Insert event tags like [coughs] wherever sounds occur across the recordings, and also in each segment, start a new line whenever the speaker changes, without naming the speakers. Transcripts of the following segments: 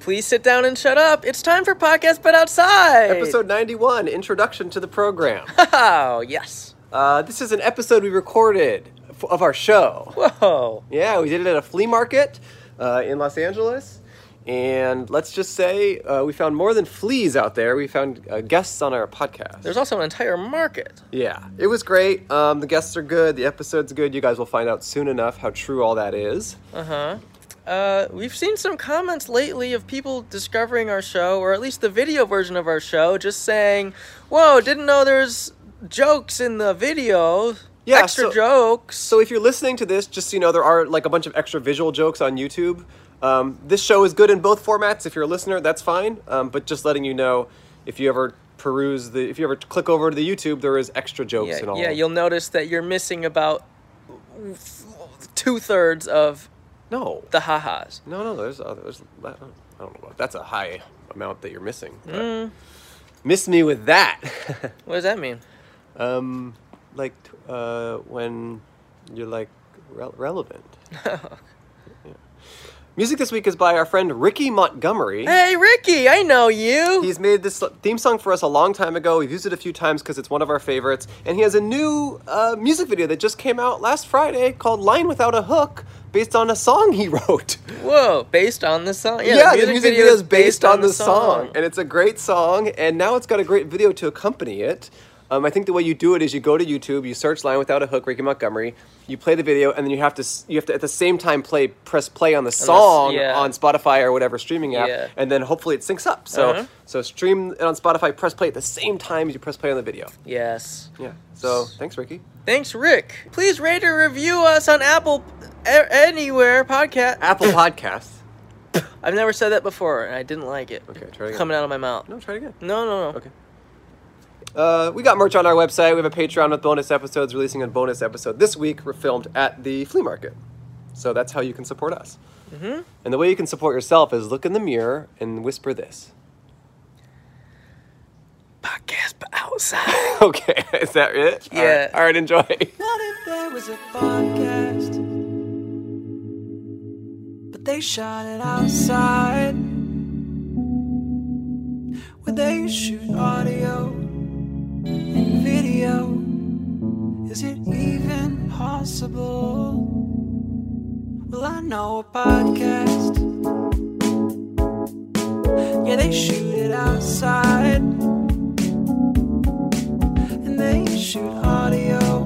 Please sit down and shut up. It's time for Podcast But Outside.
Episode 91, Introduction to the Program.
[laughs] Oh, yes.
uh, this is an episode we recorded f- of our show.
Whoa.
Yeah, we did it at a flea market uh, in Los Angeles. And let's just say uh, we found more than fleas out there. We found uh, guests on our podcast.
There's also an entire market.
yeah, it was great. Um, the guests are good. The episode's good. You guys will find out soon enough how true all that is.
Uh, we've seen some comments lately of people discovering our show, or at least the video version of our show, just saying, Whoa, didn't know there's jokes in the video.
Yeah,
Extra
so-
jokes.
So if you're listening to this, just so you know, there are like a bunch of extra visual jokes on YouTube. Um, this show is good in both formats. If you're a listener, that's fine. Um, but just letting you know, if you ever peruse the, if you ever click over to the YouTube, there is extra jokes and
yeah,
all.
yeah, you'll notice that you're missing about two thirds of
no,
the ha-has.
no, no. There's others. I don't I don't know. About, that's a high amount that you're missing. but-
Mm.
Miss me with that, [laughs]
What does that mean?
um, like uh, when you're like re-
[laughs]
relevant. yeah. Music this week is by our friend Ricky Montgomery.
Hey, Ricky, I know you.
[laughs] He's made this theme song for us a long time ago. We've used it a few times because it's one of our favorites. And he has a new uh, music video that just came out last Friday called Line Without a Hook, based on a song he [laughs] wrote.
Whoa, based on the song. Yeah,
the music video is based on the song. And it's a great song. And now it's got a great video to accompany it. Um, I think the way you do it is you go to YouTube, you search "Line Without a Hook," Ricky Montgomery. You play the video, and then you have to s- you have to at the same time play press play on the song
yeah.
on Spotify or whatever streaming app,
Yeah.
and then hopefully it syncs up. So
Uh-huh.
so stream it on Spotify, press play at the same time as you press play on the video.
Yes.
Yeah. So thanks, Ricky.
Thanks, Rick. Please rate or review us on Apple a- anywhere podcast.
[coughs] Apple Podcasts.
I've never said that before, and I didn't like it.
Okay, try it again.
Coming out of my mouth.
No, try it again.
No, no, no.
Okay. Uh, we got merch on our website. We have a Patreon with bonus episodes, releasing a bonus episode this week, re- filmed at the flea market. So that's how you can support us. Mm-hmm. And the way you can support yourself is look in the mirror and whisper this.
Podcast, but outside.
[laughs] Okay, is that it? All right.
Yeah.
All right, enjoy.
Not if there was a podcast. But they shot it outside. Where they shoot audio and video. Is it even possible? Well, I know a podcast. Yeah, they shoot it outside. And they shoot audio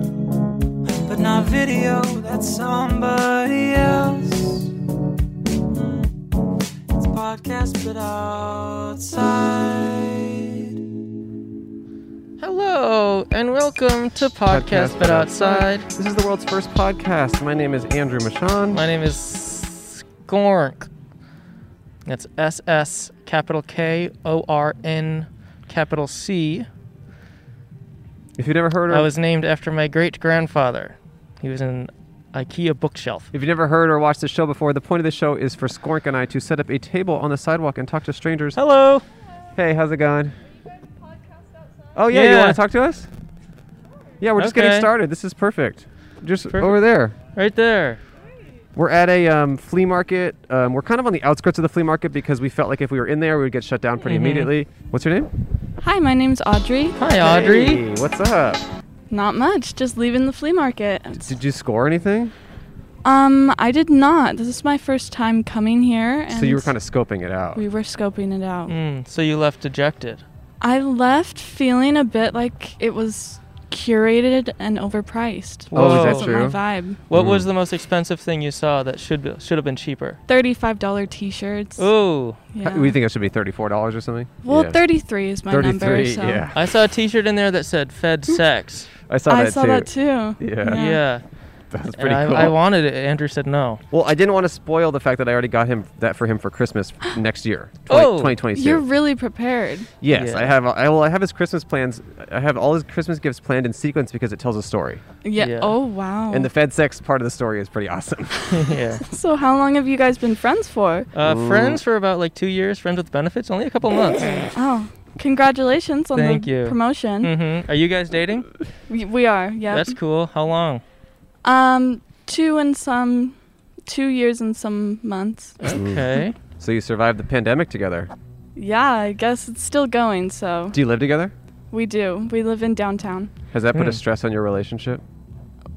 but not video. That's somebody else. It's podcast, but outside.
Hello, and welcome to Podcast, but outside.
This is the world's first podcast. My name is Andrew Michon.
My name is Skornk. That's S S capital K O R N capital C.
If you've never heard
I was named after my great grandfather. He was an IKEA bookshelf.
If you've never heard or watched the show before, the point of the show is for Skork and I to set up a table on the sidewalk and talk to strangers.
Hello.
Hey, how's it going?
podcast outside.
Oh yeah, you
Yeah.
want to talk to us? Yeah, we're just getting
Okay.
started. This is perfect. Just
Perfect.
over there.
Right there.
We're at a um, flea market. Um, we're kind of on the outskirts of the flea market because we felt like if we were in there, we would get shut down pretty immediately. What's your name?
Hi, my name's Audrey.
Hi, Audrey.
Hey, what's up?
Not much, just leaving the flea market.
Did you score anything?
Um, I did not. This is my first time coming here. And
so you were kind of scoping it out.
We were scoping it out.
Mm, so you left dejected.
I left feeling a bit like it was curated and overpriced.
Oh, is
Which
that
wasn't
true?
my vibe.
What
Mm.
was the most expensive thing you saw that should be, should have been cheaper?
Thirty-five dollar T-shirts.
Ooh,
Yeah.
We Oh, think it should be thirty-four dollars or something.
well,
Yeah.
thirty-three is my number.
33,
So
Yeah,
I saw a T-shirt in there that said "Fed Sex."
I saw
I
that
saw
too. [laughs]
that too.
Yeah.
Yeah,
That's
and
pretty
I,
cool.
I wanted it. Andrew said [laughs] no.
well, I didn't want to spoil the fact that I already got him that for him for Christmas
[gasps]
next year, 20,
Oh.
2022.
You're really prepared.
Yes,
Yeah.
I have. I well, I have his Christmas plans. I have all his Christmas gifts planned in sequence because it tells a story,
Yeah.
Yeah.
Oh wow.
and the Fed sex part of the story is pretty awesome. [laughs]
yeah,
so how long have you guys been friends for?
uh, friends for about like two years. Friends with benefits, only a couple [laughs] months.
Oh, congratulations on
Thank
the
you.
promotion.
mm-hmm. Are you guys dating?
We, we are, yeah.
That's cool. How long?
um, two and some, two years and some months.
Okay.
So you survived the pandemic together.
Yeah, I guess it's still going, so
Do you live together?
we do. We live in downtown.
Has that put
Hmm.
a stress on your relationship?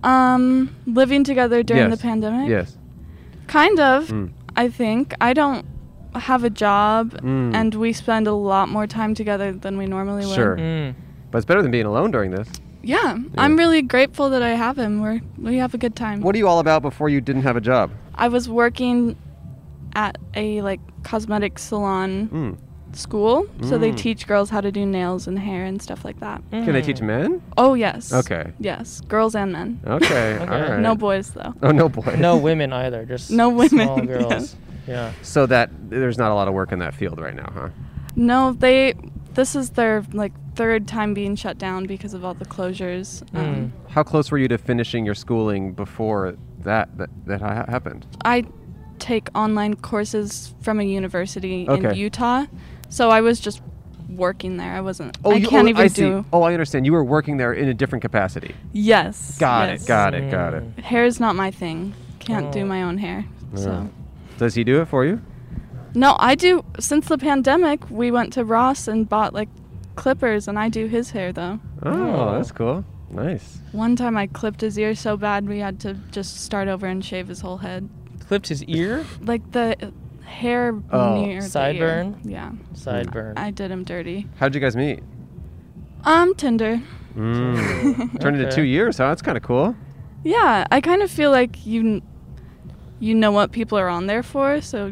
Um, living together during
Yes.
the pandemic?
Yes.
Kind of,
Mm.
I think. I don't have a job,
Mm.
and we spend a lot more time together than we normally would.
Sure.
Mm.
But it's better than being alone during this.
Yeah, I'm really grateful that I have him. We're, we have a good time.
What are you all about before you didn't have a job?
I was working at a like cosmetic salon
Mm.
school, so they
Mm.
teach girls how to do nails and hair and stuff like that.
Can they teach men?
Oh yes.
Okay.
Yes, girls and men.
Okay. All
Okay.
right.
[laughs] No boys though.
Oh no
Hmm.
boy.
No women either.
[laughs]
Just
No women,
Small girls. Yeah.
[laughs] So that there's not a lot of work in that field right now, huh?
No, they. This is their like third time being shut down because of all the closures.
Mm.
Um,
How close were you to finishing your schooling before that that, that ha- happened?
I take online courses from a university in
Okay.
Utah, so I was just working there. I wasn't. I can't even
I see.
do.
Oh, I understand. You were working there in a different capacity.
Yes.
Got
yes.
it. Got it. Got it.
Hair is not my thing. Can't
Oh.
do my own hair. So.
Does he do it for you?
No, I do. Since the pandemic, we went to Ross and bought like clippers, and I do his hair though.
Oh,
Oh.
that's cool. Nice.
One time I clipped his ear so bad we had to just start over and shave his whole head.
Clipped his ear,
Like the uh, hair
Oh.
near
Sideburn?
The ear. Yeah,
sideburn.
I did him dirty.
How'd you guys meet?
Um, Tinder.
[laughs] Hmm.
Mm. Turned into
Okay.
two years, huh? That's kind of cool.
Yeah, I kind of feel like you, kn- you know what people are on there for,
[laughs]
so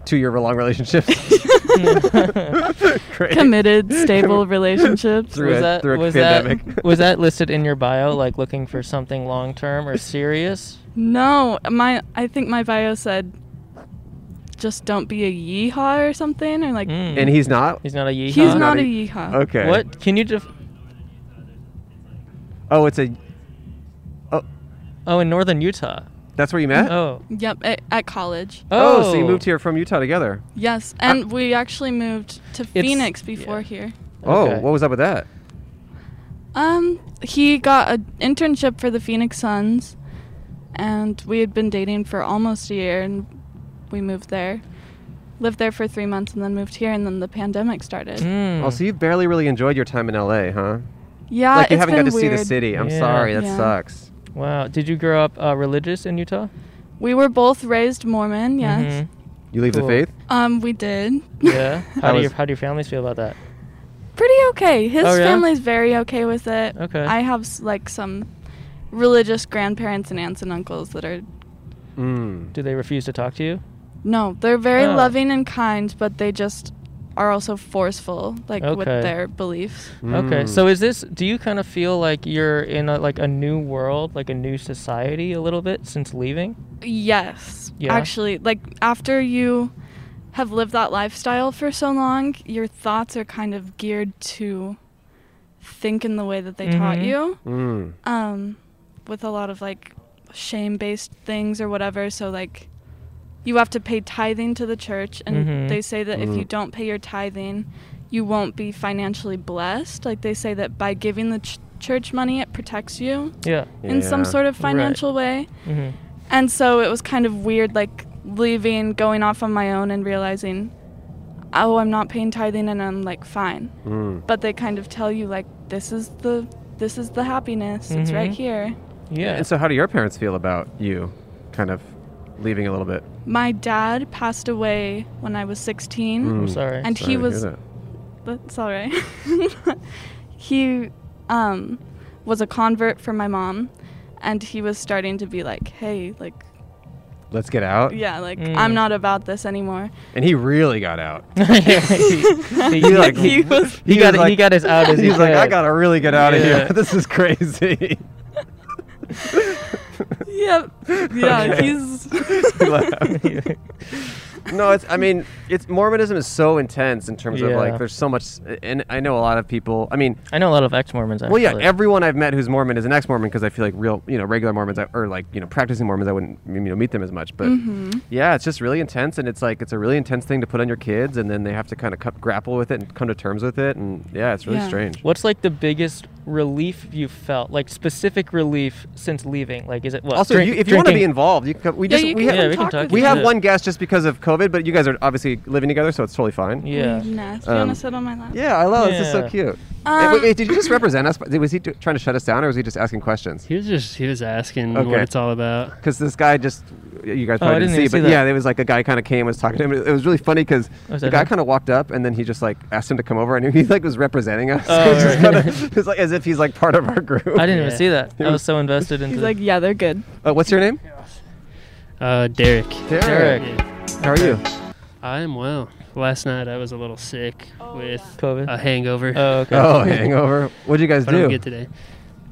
[laughs]
Two year long relationships. [laughs] Great. [laughs]
committed,
[laughs]
stable relationships.
Through a, through a
was
pandemic.
that was that listed in your bio, like looking for something long term or
[laughs]
serious?
No, my I think my bio said, just don't be a yeehaw or something, or like
Mm.
and he's not?
he's not a yeehaw.
he's
not
not,
a-
a yeehaw.
Okay.
What can you def-
Oh, it's a.
Oh, in northern Utah.
That's where you met?
Oh.
Yep, at, at college.
Oh, so you moved here from Utah together.
Yes,
Uh,
and we actually moved to Phoenix before
yeah.
here.
Oh,
Okay.
what was up with that?
Um, he got an internship for the Phoenix Suns, and we had been dating for almost a year, and we moved there. Lived there for three months and then moved here, and then the pandemic started.
Mm.
Oh, so you've barely really enjoyed your time in LA, huh? like you
Yeah, Uh, it's
haven't
been
got to see
weird.
the city. I'm
Yeah.
sorry, that
Yeah.
sucks.
Wow. Did you grow up uh, religious in Utah?
We were both raised Mormon. Yes,
Mm-hmm.
Mhm.
[laughs] You leave
Cool.
the faith?
um, we did.
Yeah.
[laughs]
How
How
do
was-
your how do your families feel about that?
Pretty okay. His
Oh, yeah?
family's very okay with it.
Okay.
I have s- like some religious grandparents and aunts and uncles that are
Mm.
Do they refuse to talk to you?
No, they're very
Oh.
loving and kind, but they just are also forceful, like with
Okay.
their beliefs.
Okay.
Mm.
So is this? Do you kind of feel like you're in a, like a new world, like a new society, a little bit since leaving?
Yes,
Yeah.
actually, like after you have lived that lifestyle for so long, your thoughts are kind of geared to think in the way that they taught
Mhm.
you,
Mm.
um, with a lot of like shame-based things or whatever. So like. You have to pay tithing to the church, and
Mhm.
they say that if
Mm.
you don't pay your tithing, you won't be financially blessed. Like they say that by giving the ch- church money, it protects you
Yeah.
in some
Yeah.
sort of
Right.
financial way.
hmm
And so it was kind of weird, like leaving, going off on my own, and realizing, oh, I'm not paying tithing, and I'm like fine.
Mm.
But they kind of tell you like this is the this is the happiness. It's right
Mhm.
here.
Yeah.
And so, how do your parents feel about you kind of leaving a little bit?
My dad passed away when I was 16.
Mm.
I'm sorry. [laughs]
And
Sorry
he
to hear
was
that.
That's all right. [laughs] he um, was a convert for my mom, and he was starting to be like, hey, like,
Let's get out.
yeah, like,
Mm.
I'm not about
[laughs]
this anymore.
And he really got
[laughs]
out.
he,
He like-
he was,
he
he
was
got it- he
like-
got his
[laughs]
out as he
He's like,
could.
I gotta really get out of
Yeah.
here. [laughs] This is crazy. [laughs]
yep, yeah,
[laughs] Okay.
he's,
[laughs]
no, it's. I mean, it's Mormonism is so intense in terms of
Yeah.
like, there's so much, and I know a lot of people. I mean,
I know a lot of ex-Mormons.
well,
Actually.
yeah, everyone I've met who's Mormon is an ex-Mormon because I feel like real, you know, regular Mormons I- or like you know, practicing Mormons, I wouldn't you know meet them as much. But
Mm-hmm.
yeah, it's just really intense, and it's like it's a really intense thing to put on your kids, and then they have to kind of cu- grapple with it and come to terms with it, and yeah, it's really
Yeah.
strange.
What's like the biggest relief you felt, like specific relief since leaving? Like, is it what?
Also,
drink-
you, if you want to be
drinking-
involved, you can come. We
yeah,
just
you
we
can
have
we
talk
can talk
with
to
we
him.
have
Yeah.
one guest just because of COVID, but you guys are obviously living together, so it's totally fine.
Yeah.
Nah, do you
Um,
want to sit on my lap?
Yeah, I love it. This is so
Yeah.
cute.
Um,
wait, wait, did you just represent us? Was he do- trying to shut us down, or was he just asking questions?
He was just he was asking what
Okay.
it's all about.
Because this guy just, you guys
Oh,
probably
I
didn't,
didn't
see,
even
but
see that.
yeah, there was like a guy kind of came, was talking to him. It was really funny because
Was
the
that
guy
him?
kind of walked up and then he just like asked him to come over, and he [laughs] like was representing us. [laughs]
Oh,
it, was just
right. [laughs]
kinda- it was like as if he's like part of our group.
I didn't even
Yeah.
see that. I was so invested into
He's like, yeah, they're good.
[laughs] Uh, what's your name?
Uh, Derek.
Derek.
Yeah.
How are you?
I am well. Last night I was a little sick with
COVID.
a hangover.
oh, okay.
"Uh, [laughs] Oh, hangover. What did you guys
what did
do?
we get today?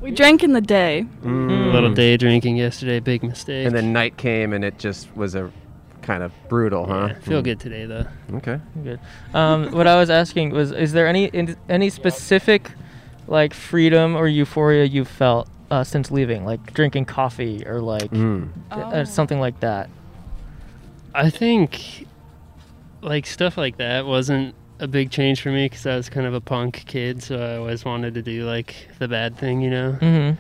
We drank in the day.
A
Mm.
little day drinking yesterday, big mistake.
And then night came, and it just was a kind of brutal, huh? Mm.
Yeah, feel good today though.
Okay.
Good. Um, what I was asking was, is there any in, any specific like freedom or euphoria you felt uh, since leaving, like drinking coffee or like
Mm.
uh, something like that?
I think like stuff like that wasn't a big change for me because I was kind of a punk kid, so I always wanted to do like the bad thing, you know.
hmm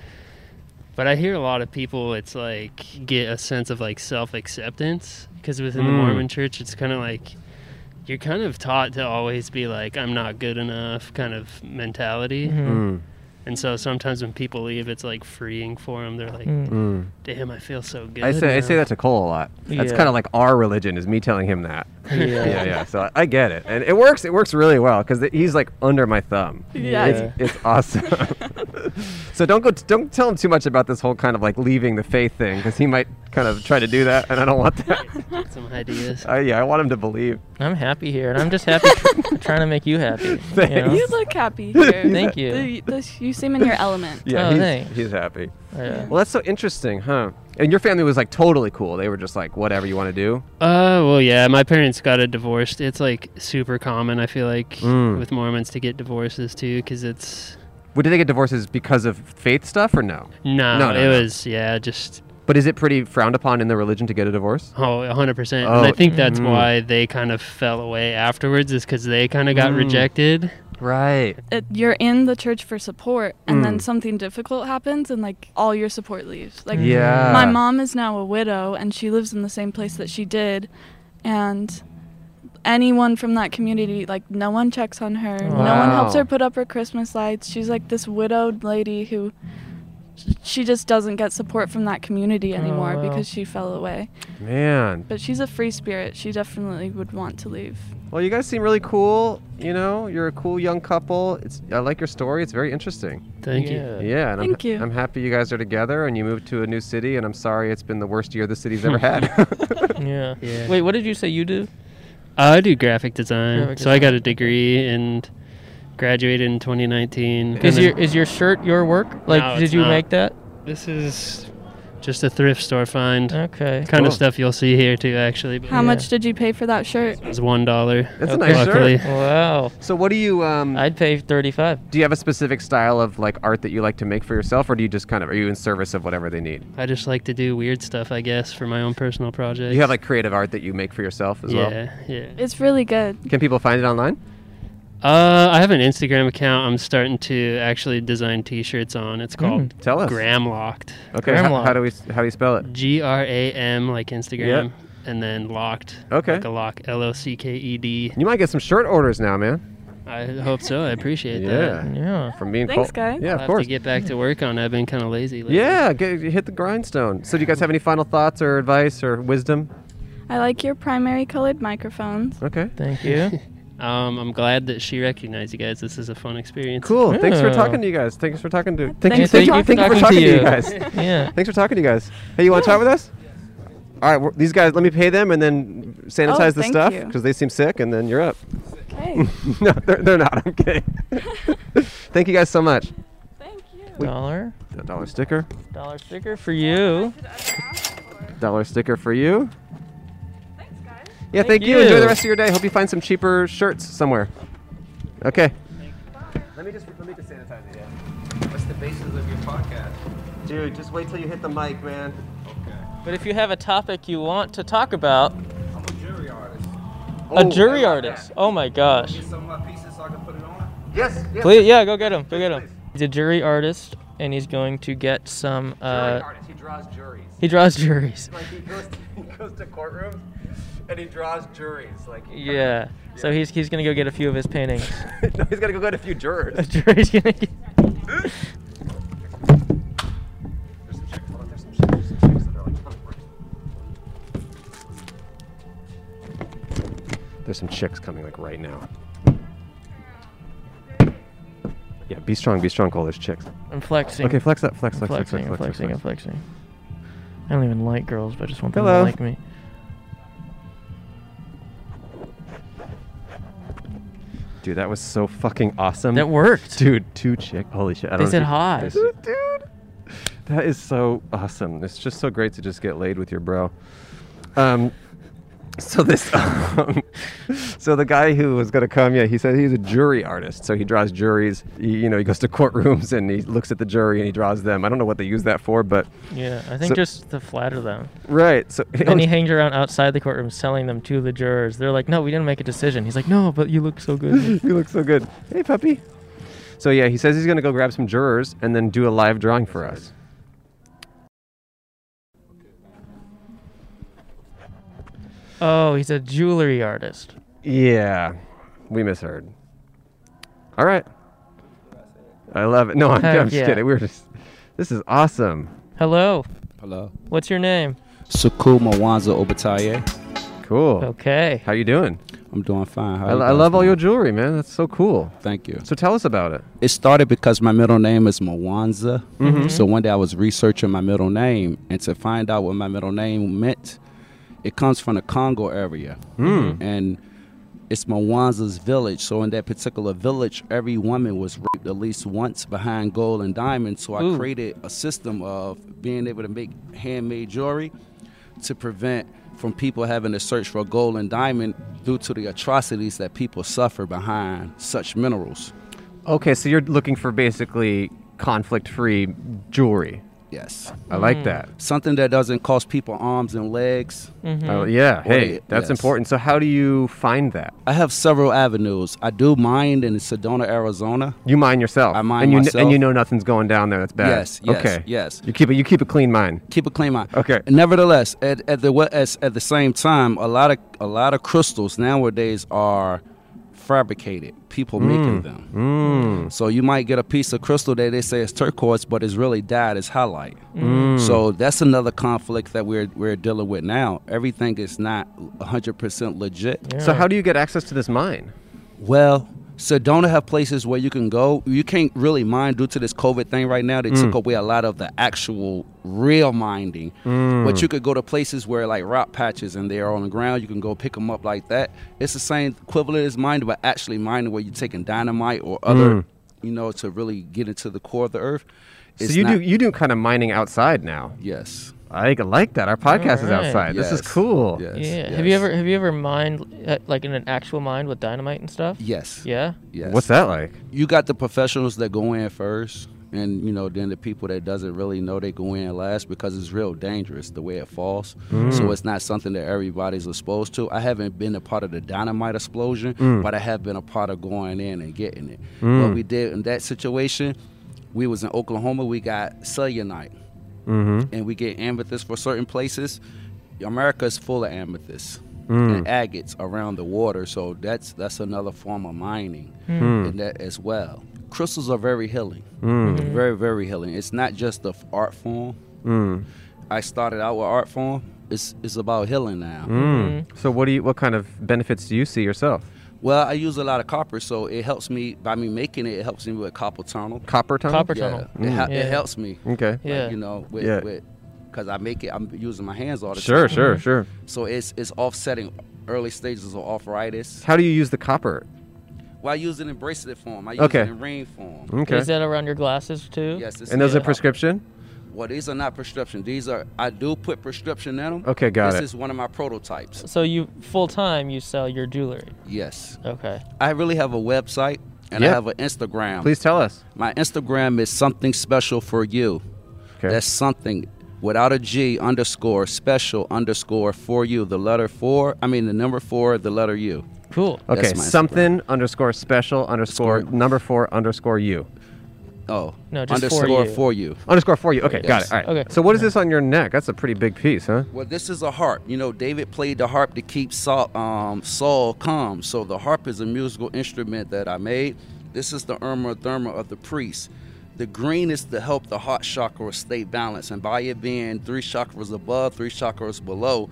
But I hear a lot of people, it's like get a sense of like self acceptance because within the
Mm.
Mormon church, it's kind of like you're kind of taught to always be like, I'm not good enough kind of mentality.
Mm.
And so sometimes when people leave, it's like freeing for them. They're like,
Mm.
Mm.
damn, I feel so good.
I say I
now."
say that to Cole a lot. That's
Yeah.
kind of like our religion is me telling him that.
Yeah.
yeah, yeah. So I, I get it, and it works. It works really well because he's like under my thumb.
Yeah.
It's, it's awesome. [laughs] so don't go. don't tell him too much about this whole kind of like leaving the faith thing because he might kind of try to do that, and I don't want that.
Get some ideas.
I, yeah, I want him to believe.
I'm happy here, and I'm just happy tr- [laughs] trying to make you happy.
Thanks.
You know?
You look
[laughs]
happy here.
Thank you.
The- the- you seem in your element.
Yeah,
Oh,
he's,
thanks.
he's happy.
Yeah.
Well, that's so interesting, huh? And your family was like totally cool. They were just like, whatever you want to do.
Uh, well, yeah, my parents got a divorce. It's like super common, I feel like,
Mm.
with Mormons to get divorces too, because it's
Well, did they get divorces because of faith stuff or no?
no,
No, no,
it
no.
was yeah, just
But is it pretty frowned upon in the religion to get a divorce?
oh, 100 percent.
Oh,
And I think that's
mm.
why they kind of fell away afterwards, is because they kind of got
Mm.
rejected.
Right.
It, you're in the church for support, and then
Mm.
something difficult happens, and like all your support leaves. Like
Yeah.
my mom is now a widow, and she lives in the same place that she did, and anyone from that community, like no one checks on her, no one helps
Wow.
her put up her Christmas lights. She's like this widowed lady who. She just doesn't get support from that community
Oh,
anymore
wow.
because she fell away.
Man.
But she's a free spirit. She definitely would want to leave.
Well, you guys seem really cool. You know, you're a cool young couple. It's I like your story. It's very interesting.
Thank you.
Yeah.
Yeah, and
Thank
I'm,
you.
I'm happy you guys are together and you moved to a new city. And I'm sorry it's been the worst year the city's
[laughs]
ever had. [laughs]
Yeah.
Yeah.
Wait, what did you say you do?
I do graphic design,
Graphic
so I got a degree and graduated in
Is
2019. And
Is
then-
your is your shirt your work? Like,
No,
did
it's
you
not.
make that?
this is just a thrift store find,
Okay.
kind
Cool.
of stuff you'll see here too, actually. But
How
it
much did you pay for that shirt?
was one dollar.
That's a
Okay.
nice
Luckily.
shirt.
Wow.
So, what do you um?
I'd pay thirty-five.
do you have a specific style of like art that you like to make for yourself, or do you just kind of are you in service of whatever they need?
I just like to do weird stuff, I guess, for my own personal projects.
You have like creative art that you make for yourself as well.
yeah, yeah.
It's really good.
Can people find it online?
Uh, I have an Instagram account. I'm starting to actually design T-shirts on.
Hmm.
It's called
Tell us.
Gramlocked.
Okay. h-
Gramlock.
how do we s- how do you spell it?
G R A M like Instagram, and then locked.
Okay.
Like a lock. L O C K E D.
You might get some shirt orders now, man.
I hope so. I appreciate that.
Yeah.
Yeah.
From me and
Thanks,
Cole.
guys.
Yeah,
I'll
of
have
course.
to get back to work on. it. I've been kind of lazy. Lately.
Yeah, get, hit the grindstone. So, do you guys have any final thoughts or advice or wisdom?
I like your primary colored microphones.
Okay. [laughs]
Thank you.
Um, I'm glad that she recognized you guys. This is a fun experience.
Cool. Thanks for
Yeah.
talking to you guys. Thanks for talking to.
Thank
you-
you for
you-
talking-
thank you for talking to you guys.
[laughs] yeah.
Thanks for talking to you guys. Hey, you want to talk with us? All right, we're- these guys. Let me pay them and then sanitize the
Oh, thank
stuff
you.
because they seem sick, and then you're up. [laughs]
Okay.
no, they're, they're not. I'm kidding. [laughs] thank you guys so much.
Thank you.
Dollar.
A dollar sticker.
Dollar sticker for you.
Dollar sticker for you.
Thanks, guys.
Yeah,
Thank
thank, you. Enjoy the
you.
rest of your day. Hope you find some cheaper shirts somewhere. Okay. Let me just let me just sanitize it. That's the basis of your podcast, dude. Just wait till you hit the mic, man.
But if you have a topic you want to talk about,
I'm a jury artist.
Oh,
a jury artist. Oh my gosh.
Get some of my pieces so I can put it on.
Yes. yes.
Please, yeah, go get him. Go get him. He's a jury artist, and he's going to get some. Uh,
artist. He draws juries. [laughs]
he draws juries.
Like he goes, to, he goes to courtrooms
and he draws juries. Like
Yeah. So
[laughs]
he's he's gonna go get a few of his [laughs] paintings.
no, he's gotta go get a few jurors.
Jury's gonna [laughs] get-
There's some chicks- hold on, there's some chicks- there's some chicks that are, like, hungry.
There's some chicks coming like right now. Yeah, be strong, be strong, Cole. There's chicks.
I'm flexing.
Okay, flex up, flex,
I'm
flex, flex,
flexing.
flex,
I'm
flex, flex,
flexing. I'm
flex.
flexing. I don't even like girls, but I just want them
Hello.
to like me.
Dude, that was so fucking awesome.
That worked.
Dude, two chick. Holy shit. I don't
They
know
said
if you-
hi.
Dude, that is so awesome. It's just so great to just get laid with your bro. Um, so this, [laughs] um, so the guy who was gonna come, yeah, he said he's a jury artist. So he draws juries. He, you know, he goes to courtrooms and he looks at the jury and he draws them. I don't know what they use that for, but
Yeah, I think
So-
just to flatter them.
right. So [laughs]
And he hangs around outside the courtroom selling them to the jurors. They're like, "No, we didn't make a decision." He's like, "No, but you look so
[laughs]
good."
you look so good. Hey, puppy. So yeah, he says he's gonna go grab some jurors and then do a live drawing for us.
oh, he's a jewelry artist.
Yeah, we misheard. All right. I love it. No, I'm,
Heck
I'm just
yeah.
kidding. We were just. This is awesome.
Hello,
Hello.
what's your name?
Saku Mwanza Obataye.
Cool.
Okay.
How you doing?
I'm doing fine. How
I,
you
I
guys
love all your
doing?
jewelry, man. That's so cool.
Thank you.
So tell us about it.
It started because my middle name is Mwanza. So one day I was researching my middle name, and to find out what my middle name meant, it comes from the Congo area. And it's Mwanza's village. So in that particular village, every woman was raped at least once behind gold and diamonds. So I
Ooh.
created a system of being able to make handmade jewelry to prevent from people having to search for gold and diamond due to the atrocities that people suffer behind such minerals.
Okay, so you're looking for basically conflict-free jewelry.
Yes.
I
Mm-hmm.
like that. Uh,
Something that doesn't cost people arms and legs.
Mm-hmm.
Oh, yeah. Hey,
Wait,
that's
yes.
important. So how do you find that?
I have several avenues. I do mine in Sedona, Arizona.
You mind yourself.
I mind
and you kn-
myself.
and you know nothing's going down there. That's bad.
Yes, yes,
Okay.
yes.
You keep a you keep a clean mind.
Keep a clean mind.
Okay.
Nevertheless, at, at the wa- as, at the same time, a lot of a lot of crystals nowadays are fabricated. People making them. So you might get a piece of crystal that they say is turquoise, but it's really dyed as highlight. So that's another conflict that we're we're dealing with now. Everything is not 100% legit.
So how do you get access to this mine?
Well, Sedona have places where you can go. You can't really mine due to this COVID thing right now. They
Mm.
took away a lot of the actual real mining.
Mm.
But you could go to places where like rock patches and they're on the ground. You can go pick them up like that. It's the same equivalent as mining, but actually mining where you're taking dynamite or other,
Mm.
you know, to really get into the core of the earth. It's
so you
not-
do you do kind of mining outside now.
Yes.
I like that. Our podcast is
Alright.
outside. This is
Yes.
cool.
Yes.
Yeah.
yes.
Have you ever have you ever mined uh, like in an actual mine with dynamite and stuff?
Yes.
Yeah.
Yes.
What's that like?
you got the professionals that go in first and you know then the people that doesn't really know they go in last because it's real dangerous the way it falls so it's not something that everybody's exposed to i haven't been a part of the dynamite explosion but i have been a part of going in and getting it what we did in that situation we was in oklahoma we got cellulite and we get amethyst for certain places america is full of amethyst
Hmm.
and agates around the water so that's that's another form of mining
Hmm.
Hmm.
in that as well crystals are very healing very very healing it's not just the f- art form
Hmm.
i started out with art form it's it's about healing now
Hmm.
Hmm.
So what do you what kind of benefits do you see yourself?
well i use a lot of copper so it helps me by me making it it helps me with copper tunnel
Copper tunnel?
Copper
yeah,
tunnel. Hmm.
It, ha-
Yeah.
it helps me
Okay.
Like,
Yeah.
you know with,
Yeah.
with because i make it i'm using my hands all the time
Sure, sure,
Hmm.
sure.
So it's it's offsetting early stages of arthritis.
How do you use the copper?
Well, I use it in bracelet form. I use
Okay.
it in ring form.
Okay.
Is that around your glasses too?
Yes, it's
and those
yeah.
are prescription?
Well, these are not prescription. These are I do put prescription in them.
Okay, got
this
it.
is one of my prototypes.
So you full time you sell your jewelry.
Yes,
Okay.
I really have a website and
Yeah.
I have an Instagram.
Please tell us.
my Instagram is something special for you.
Okay.
That's something without a G underscore special underscore for you. The letter four. I mean the number four. The letter U.
Cool.
okay.
my Instagram.
Something underscore special underscore
Score.
number four underscore you.
Oh,
No, just for
underscore
you.
for you.
Underscore for you. Okay, got
Yes.
it. All right.
Okay.
So what is this on your neck? That's a pretty big piece, huh?
Well, this is a harp. You know, David played the harp to keep Saul, um, Saul calm. So the harp is a musical instrument that I made. This is the Irma Therma of the priest. The green is to help the heart chakra stay balanced. And by it being three chakras above, three chakras below,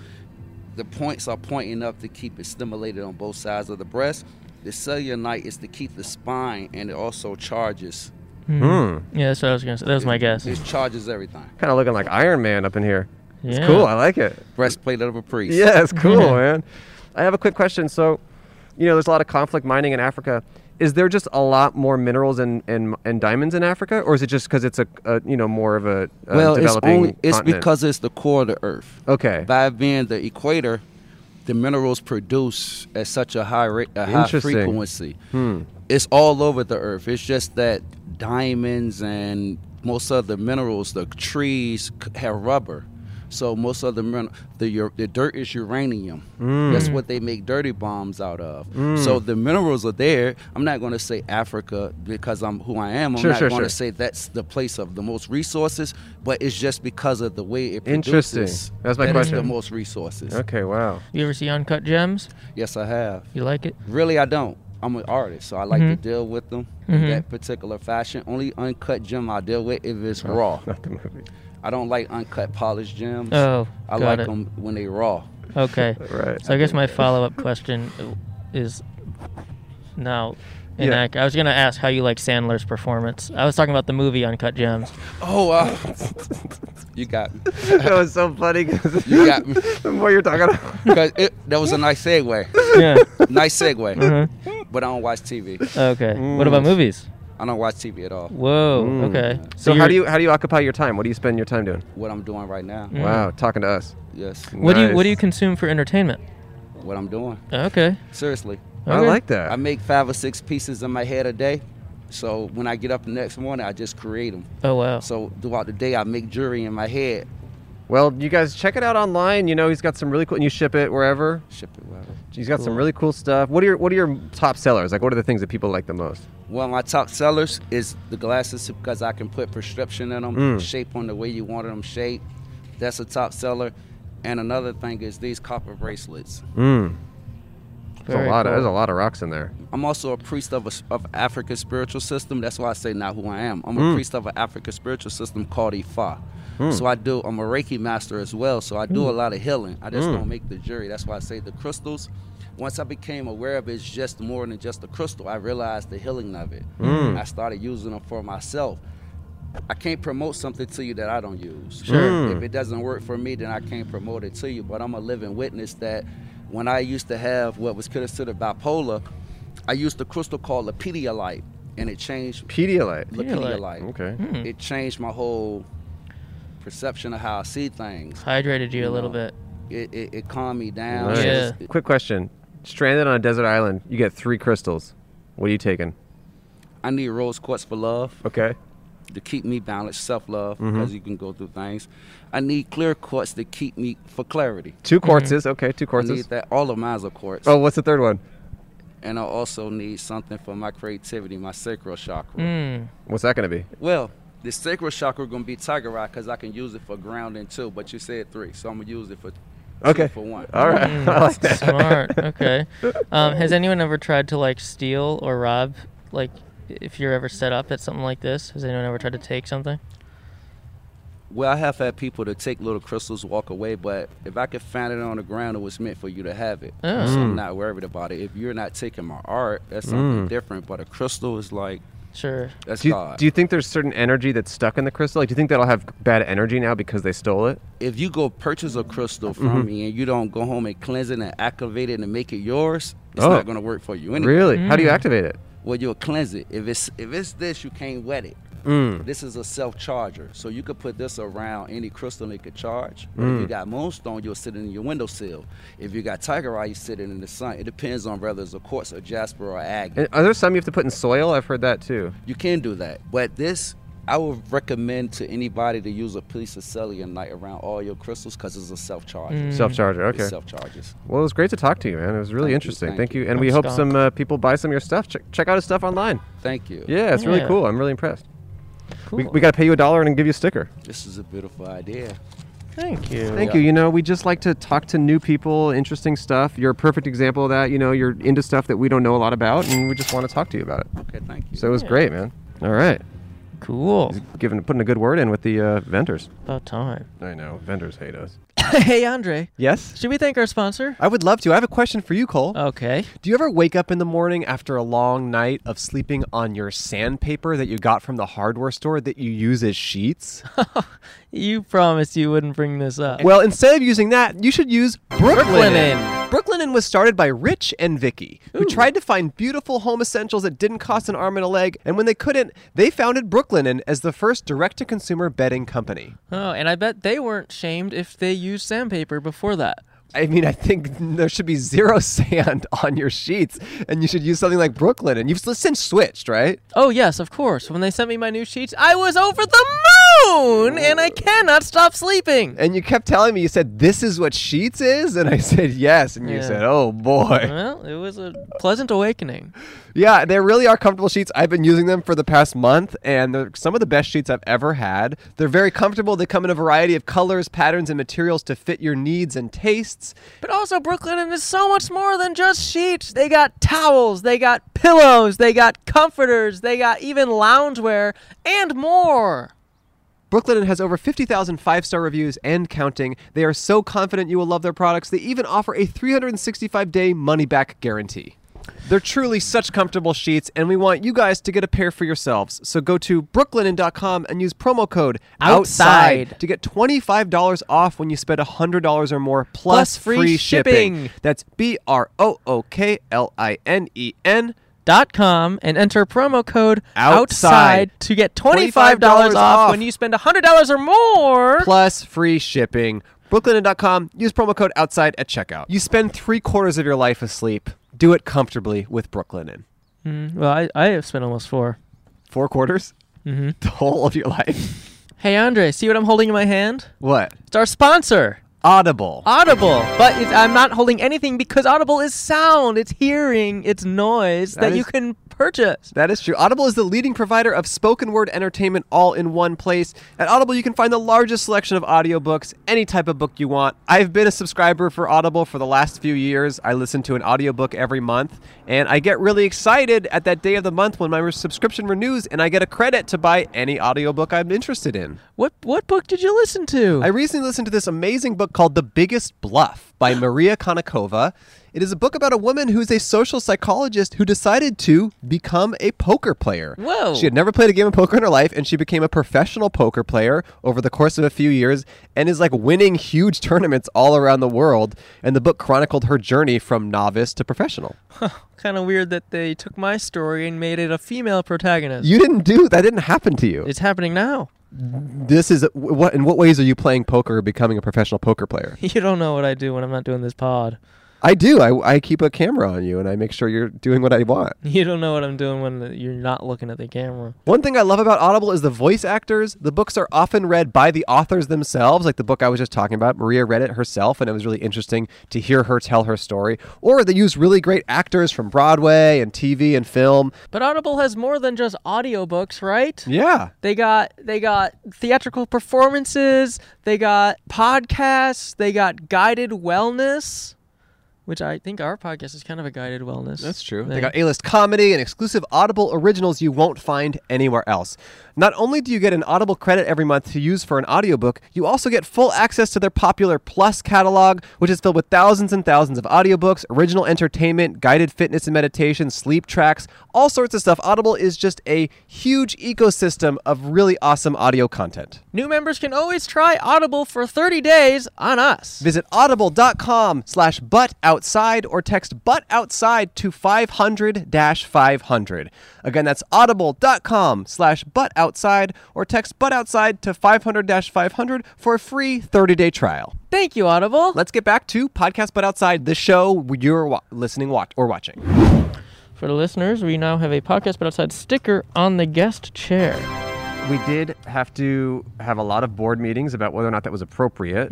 the points are pointing up to keep it stimulated on both sides of the breast. The cellulite is to keep the spine and it also charges.
Yeah, that's what I was gonna say. That was my guess.
It charges everything.
Kind of looking like Iron Man up in here. It's
Yeah.
cool. I like it.
Breastplate of a priest.
Yeah, it's cool, man. I have a quick question. So, you know, there's a lot of conflict mining in Africa. Is there just a lot more minerals and, and, and diamonds in Africa, or is it just because it's a, a you know more of a, a
Well, it's
uh, developing
only it's
continent?
because it's the core of the earth.
okay
By being the equator, the minerals produce at such a high rate, a high
Interesting.
frequency.
Hmm.
It's all over the earth. It's just that diamonds and most of the minerals, the trees c- have rubber. So most of the min- the, ur- the dirt is uranium.
Hmm.
That's what they make dirty bombs out of. So the minerals are there. I'm not going to say Africa because I'm who I am. I'm
Sure,
not
sure,
going
sure.
to say that's the place of the most resources, but it's just because of the way it
Interesting.
produces
That's my
that it's
question.
the most resources.
okay wow
You ever see Uncut Gems?
Yes, I have.
You like it?
Really, I don't. I'm an artist, so I like to deal with them in that particular fashion. Only uncut gem I deal with if it's raw.
not the movie
I don't like uncut polished gems.
Oh,
I
got
like
it.
them when they raw. [laughs]
Okay.
right
So I guess my follow-up question is now.
Yeah.
Yeah. I was gonna ask how you like Sandler's performance. I was talking about the movie
[laughs]
Uncut Gems.
Oh, uh, you got me.
that was so funny because [laughs]
You got me.
the more you're talking about
'Cause it, that was a nice segue.
Yeah.
Nice segue. But I don't watch TV.
Okay.
Mm.
What about movies?
I don't watch TV at all.
Whoa. Okay.
so how
you're-
do you how do you occupy your time what do you spend your time doing
What I'm doing right now.
wow talking to us
Yes.
What do you
Nice.
What do you consume for entertainment?
What I'm doing.
Okay.
Seriously.
I
Okay.
like that
I make five or six pieces in my head a day. So when I get up the next morning, I just create them.
Oh wow.
So throughout the day, I make jewelry in my head.
well you guys check it out online you know he's got some really cool and you ship it wherever
Ship it well.
he's got some really cool stuff what are your what are your top sellers like what are the things that people like the most
One of my top sellers is the glasses because I can put prescription in them, shape them the way you wanted them shaped. That's a top seller. And another thing is these copper bracelets.
There's a
Hmm. Very
lot
cool.
of there's a lot of rocks in there.
I'm also a priest of a, of African spiritual system. That's why I say not who I am. I'm a priest of an African spiritual system called Ifa. So I do. I'm a Reiki master as well. So I do a lot of healing. I just don't make the jury. That's why I say the crystals. Once I became aware of it, it's just more than just the crystal. I realized the healing of it. I started using them for myself. I can't promote something to you that I don't use. Sure. If it doesn't work for me, then I can't promote it to you. But I'm a living witness that when I used to have what was considered bipolar, I used a crystal called Lepediolite, and it changed
Pedialyte.
Pedialyte.
Lepediolite.
Okay.
Hmm.
It changed my whole perception of how I see things.
Hydrated you a little
No.
[laughs]
bit.
It, it, it calmed me down.
Nice.
Yeah.
Quick question: Stranded on a desert island, you get three crystals. What are you taking?
I need rose quartz for love.
Okay.
to keep me balanced, self love,
Mm-hmm.
because you can go through things. I need clear quartz to keep me for clarity.
Two
Hmm.
quartzes. Okay, two
I need
quartzes.
that. All of mine are quartz.
Oh, what's the third one?
And I also need something for my creativity, my sacral chakra.
Mm.
What's that gonna be?
Well, the sacral chakra going to be tiger eye because I can use it for grounding too, but you said three, so I'm going to use it for two
Okay.
for one.
All right.
Hmm.
I like that.
Smart. Okay. Um, has anyone ever tried to like steal or rob? Like, if you're ever set up at something like this, has anyone ever tried to take something?
Well, I have had people to take little crystals, walk away, but if I could find it on the ground, it was meant for you to have it.
Oh.
So
Mm.
I'm not worried about it. If you're not taking my art, that's something different, but a crystal is like,
Sure.
that's
Do you,
God.
do you think there's certain energy that's stuck in the crystal? Like, do you think that'll have bad energy now because they stole it?
if you go purchase a crystal from
Mm-hmm.
me and you don't go home and cleanse it and activate it and make it yours, it's
Oh.
not going to work for you. Anyway.
Really? How do
Hmm.
you activate it?
Well, you'll cleanse it. If it's if it's this, you can't wet it.
Mm.
This is a self charger, so you could put this around any crystal it could charge. But
Mm.
If you got moonstone, you'll sit it in your windowsill. If you got tiger eye, you sit it in the sun. It depends on whether it's a quartz, or jasper, or agate.
And are there some you have to put in soil? I've heard that too.
You can do that. But this, I would recommend to anybody to use a piece of cellulite around all your crystals because it's a self charger.
Self charger. Mm. Okay.
Self charges.
Well, it was great to talk to you, man. It was really
Thank you,
interesting.
thank
thank you.
you.
And we
Thanks,
hope
Doc.
some uh, people buy some of your stuff. Check, check out his stuff online.
Thank you.
Yeah, it's really
Yeah.
cool. I'm really impressed. We,
Cool.
we got to pay you a dollar and give you a sticker.
This is a beautiful idea.
Thank you.
Thank you. You know, we just like to talk to new people, interesting stuff. You're a perfect example of that. You know, you're into stuff that we don't know a lot about, and we just want to talk to you about it.
Okay, thank you.
So it was great, man. All right,
Cool.
giving putting a good word in with the uh, vendors.
About
[laughs]
time.
I know vendors hate us.
hey, Andre.
Yes,
Should we thank our sponsor?
I would love to. I have a question for you, Cole.
[laughs]
Okay.
Do you ever wake up in the morning after a long night of sleeping on your sandpaper that you got from the hardware store that you use as sheets?
You promised you wouldn't bring this up.
Well, instead of using that, you should use Brooklinen.
Brooklinen.
Brooklinen was started by Rich and Vicky, who tried to find beautiful home essentials that didn't cost an arm and a leg, and when they couldn't, they founded Brooklinen as the first direct-to-consumer bedding company.
Oh, and I bet they weren't shamed if they used sandpaper before that.
I mean, I think there should be zero [laughs] sand on your sheets, and you should use something like Brooklinen. You've since switched, right?
Oh, yes, of course. When they sent me my new sheets, I was over the moon and I cannot stop sleeping.
And you kept telling me, you said, this is what sheets is? And I [laughs] said, yes. And you
Yeah. Uh-huh.
said, oh boy.
Well, it was a pleasant awakening.
Yeah, they really are comfortable sheets. I've been using them for the past month, and they're some of the best sheets I've ever had. They're very comfortable. They come in a variety of colors, patterns, and materials to fit your needs and tastes.
But also, Brooklyn is so much more than just sheets. They got towels, they got pillows, they got comforters, they got even loungewear, and more.
Brooklinen has over 50,000 five star reviews and counting. They are so confident you will love their products, they even offer a 365 day money back guarantee. They're truly such comfortable sheets, and we want you guys to get a pair for yourselves. So go to brooklinen.com and use promo code
Outside.
to get $25 off when you spend $100 or more
Plus
plus,
free shipping.
That's B R O O K L I N E N.
Dot com and enter promo code
Outside.
outside, to get $25, off,
off.
when you spend $100 or more.
plus free shipping. Brooklinen.com, use promo code outside at checkout. You spend three quarters of your life asleep. Do it comfortably with Brooklinen.
well, I, I have spent almost four.
Four quarters?
Mhm.
The whole of your life.
Hey, Andre, see what I'm holding in my hand?
What?
It's our sponsor,
Audible.
Audible. But it's, I'm not holding anything because Audible is sound, it's hearing, it's noise
That
that, you
is-
can purchase.
That is true. Audible is the leading provider of spoken word entertainment all in one place. At Audible, you can find the largest selection of audiobooks, any type of book you want. I've been a subscriber for Audible for the last few years. I listen to an audiobook every month, and I get really excited at that day of the month when my subscription renews and I get a credit to buy any audiobook I'm interested in.
What what book did you listen to?
I recently listened to this amazing book called The Biggest Bluff by Maria Konnikova. It is a book about a woman who's a social psychologist who decided to become a poker player.
Whoa.
She had never played a game of poker in her life, and she became a professional poker player over the course of a few years and is like winning huge tournaments all around the world. And the book chronicled her journey from novice to professional.
kind of weird that they took my story and made it a female protagonist.
You didn't do that, didn't happen to you.
it's happening now. [laughs]
this is what in what ways are you playing poker or becoming a professional poker player?
You don't know what I do when I'm not doing this pod. [laughs]
I do. I, I keep a camera on you and I make sure you're doing what I want.
You don't know what I'm doing when you're not looking at the camera.
One thing I love about Audible is the voice actors. The books are often read by the authors themselves, like the book I was just talking about. Maria read it herself, and it was really interesting to hear her tell her story. Or they use really great actors from Broadway and TV and film.
But Audible has more than just audiobooks, right?
Yeah.
They got they got theatrical performances, they got podcasts, they got guided wellness, which I think our podcast is kind of a guided wellness.
They
thing.
got A-list comedy and exclusive Audible originals you won't find anywhere else. Not only do you get an Audible credit every month to use for an audiobook, you also get full access to their popular Plus catalog, which is filled with thousands and thousands of audiobooks, original entertainment, guided fitness and meditation, sleep tracks, all sorts of stuff. Audible is just a huge ecosystem of really awesome audio content.
New members can always try Audible for 30 days on us.
Visit audible.com slash butt outside or text butt outside to 500 500. Again, that's audible.com slash butt outside or text butt outside to 500 500 for a free 30 day trial.
Thank you, Audible.
Let's get back to Podcast Butt Outside, the show you're wa- listening watch- or watching.
For the listeners, we now have a podcast but outside sticker on the guest chair.
We did have to have a lot of board meetings about whether or not that was appropriate.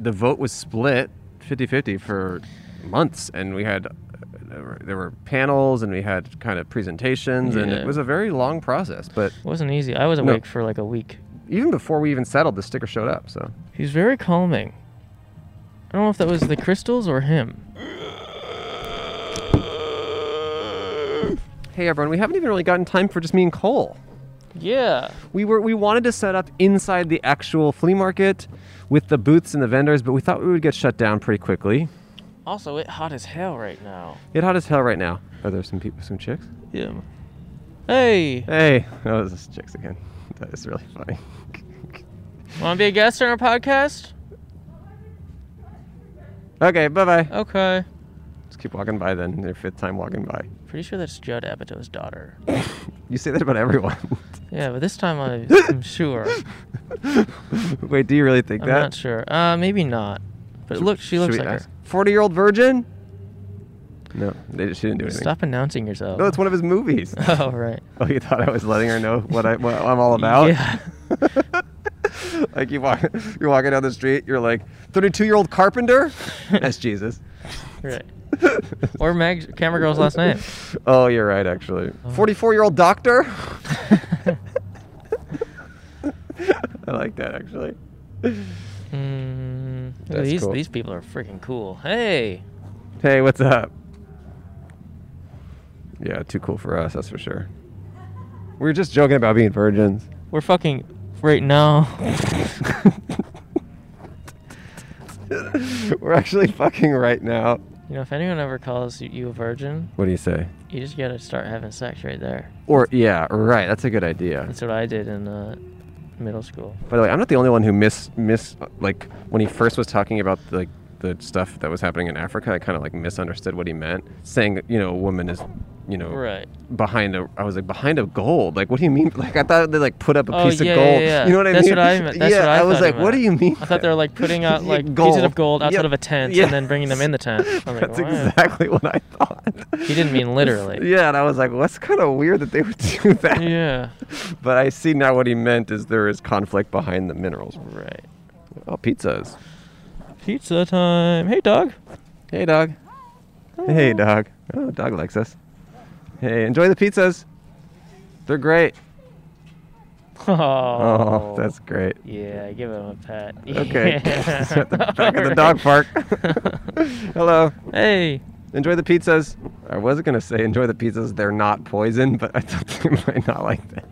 The vote was split 50 50 for months, and we had uh, there were panels and we had kind of presentations and it
Yeah.
was a very long process. But
It wasn't easy. I was
No.
awake for like a week.
even before we even settled, the sticker showed up. So
He's very calming. I don't know if that was the crystals or him.
hey, everyone, we haven't even really gotten time for just me and Cole.
Yeah.
we were we wanted to set up inside the actual flea market with the booths and the vendors, but we thought we would get shut down pretty quickly.
Also, it hot as hell right now.
It hot as hell right now. Are there some people, some chicks?
Yeah. Hey,
Hey, oh, this is chicks again. That is really funny.
want to be a guest on our podcast?
Okay, bye bye.
Okay.
Just keep walking by then. Their fifth time walking by.
Pretty sure that's Judd Apatow's daughter.
You say that about everyone. [laughs]
Yeah, but this time I, I'm sure.
Wait, do you really think
I'm
that?
not sure. Uh, maybe not. But look, she looks like her.
Forty-year-old virgin. No, they, she didn't do anything.
Stop announcing yourself.
No, it's one of his movies.
[laughs] oh right.
Oh, you thought I was letting her know what, I, what I'm all about?
Yeah.
[laughs]
[laughs]
like you walk, [laughs] you're walking down the street, you're like 32 year old
[laughs]
carpenter. That's Jesus.
Right. Or Mag Camera Girl's
[laughs]
last name.
Oh, you're right, actually. 44 year old doctor. [laughs] I like that actually.
Mm,
That's
these
cool.
these people are freaking cool. Hey.
Hey, what's up? Yeah, too cool for us, that's for sure. We were just joking about being virgins.
We're fucking right now. Hmm.
[laughs] We're actually fucking right now.
You know, if anyone ever calls you- you a virgin,
What do you say?
you just gotta start having sex right there.
Or yeah, right. That's a good idea.
That's what I did in uh, middle school.
By the way, I'm not the only one who miss miss like when he first was talking about like the stuff that was happening in Africa. I kind of like misunderstood what he meant, saying that you know a woman is you know
Right.
behind a. I was like behind a gold. Like what do you mean? Like I thought they like put up a
Oh,
piece
yeah,
of gold.
yeah, yeah.
You know what I
That's
mean?
what I meant. That's
yeah,
what I
was
thought he
like, what do
meant.
you mean?
I thought they
[laughs]
were like [laughs] putting out
Yeah,
like pieces of gold outside
Yep.
of a tent
Yeah.
and then bringing them in the tent.
[laughs]
I'm like,
That's
"Wow."
exactly what I thought.
He didn't
[laughs]
mean literally.
Yeah, and I was like, well, that's kind of weird that they would do [laughs] that.
yeah.
But I see now what he meant is there is conflict behind the minerals.
Right.
Oh, pizzas.
Pizza time. Hey, dog.
Hey, dog. Hey, dog. Oh, dog likes us. Hey, enjoy the pizzas. They're great.
[laughs] Oh,
Oh, that's great.
Yeah, give him a pat.
Okay.
[laughs] Yeah.
[laughs] At the back of the
Alright.
dog park. [laughs] Hello.
Hey.
Enjoy the pizzas. I was going to say enjoy the pizzas. They're not poison, but I thought you [laughs] might not like that.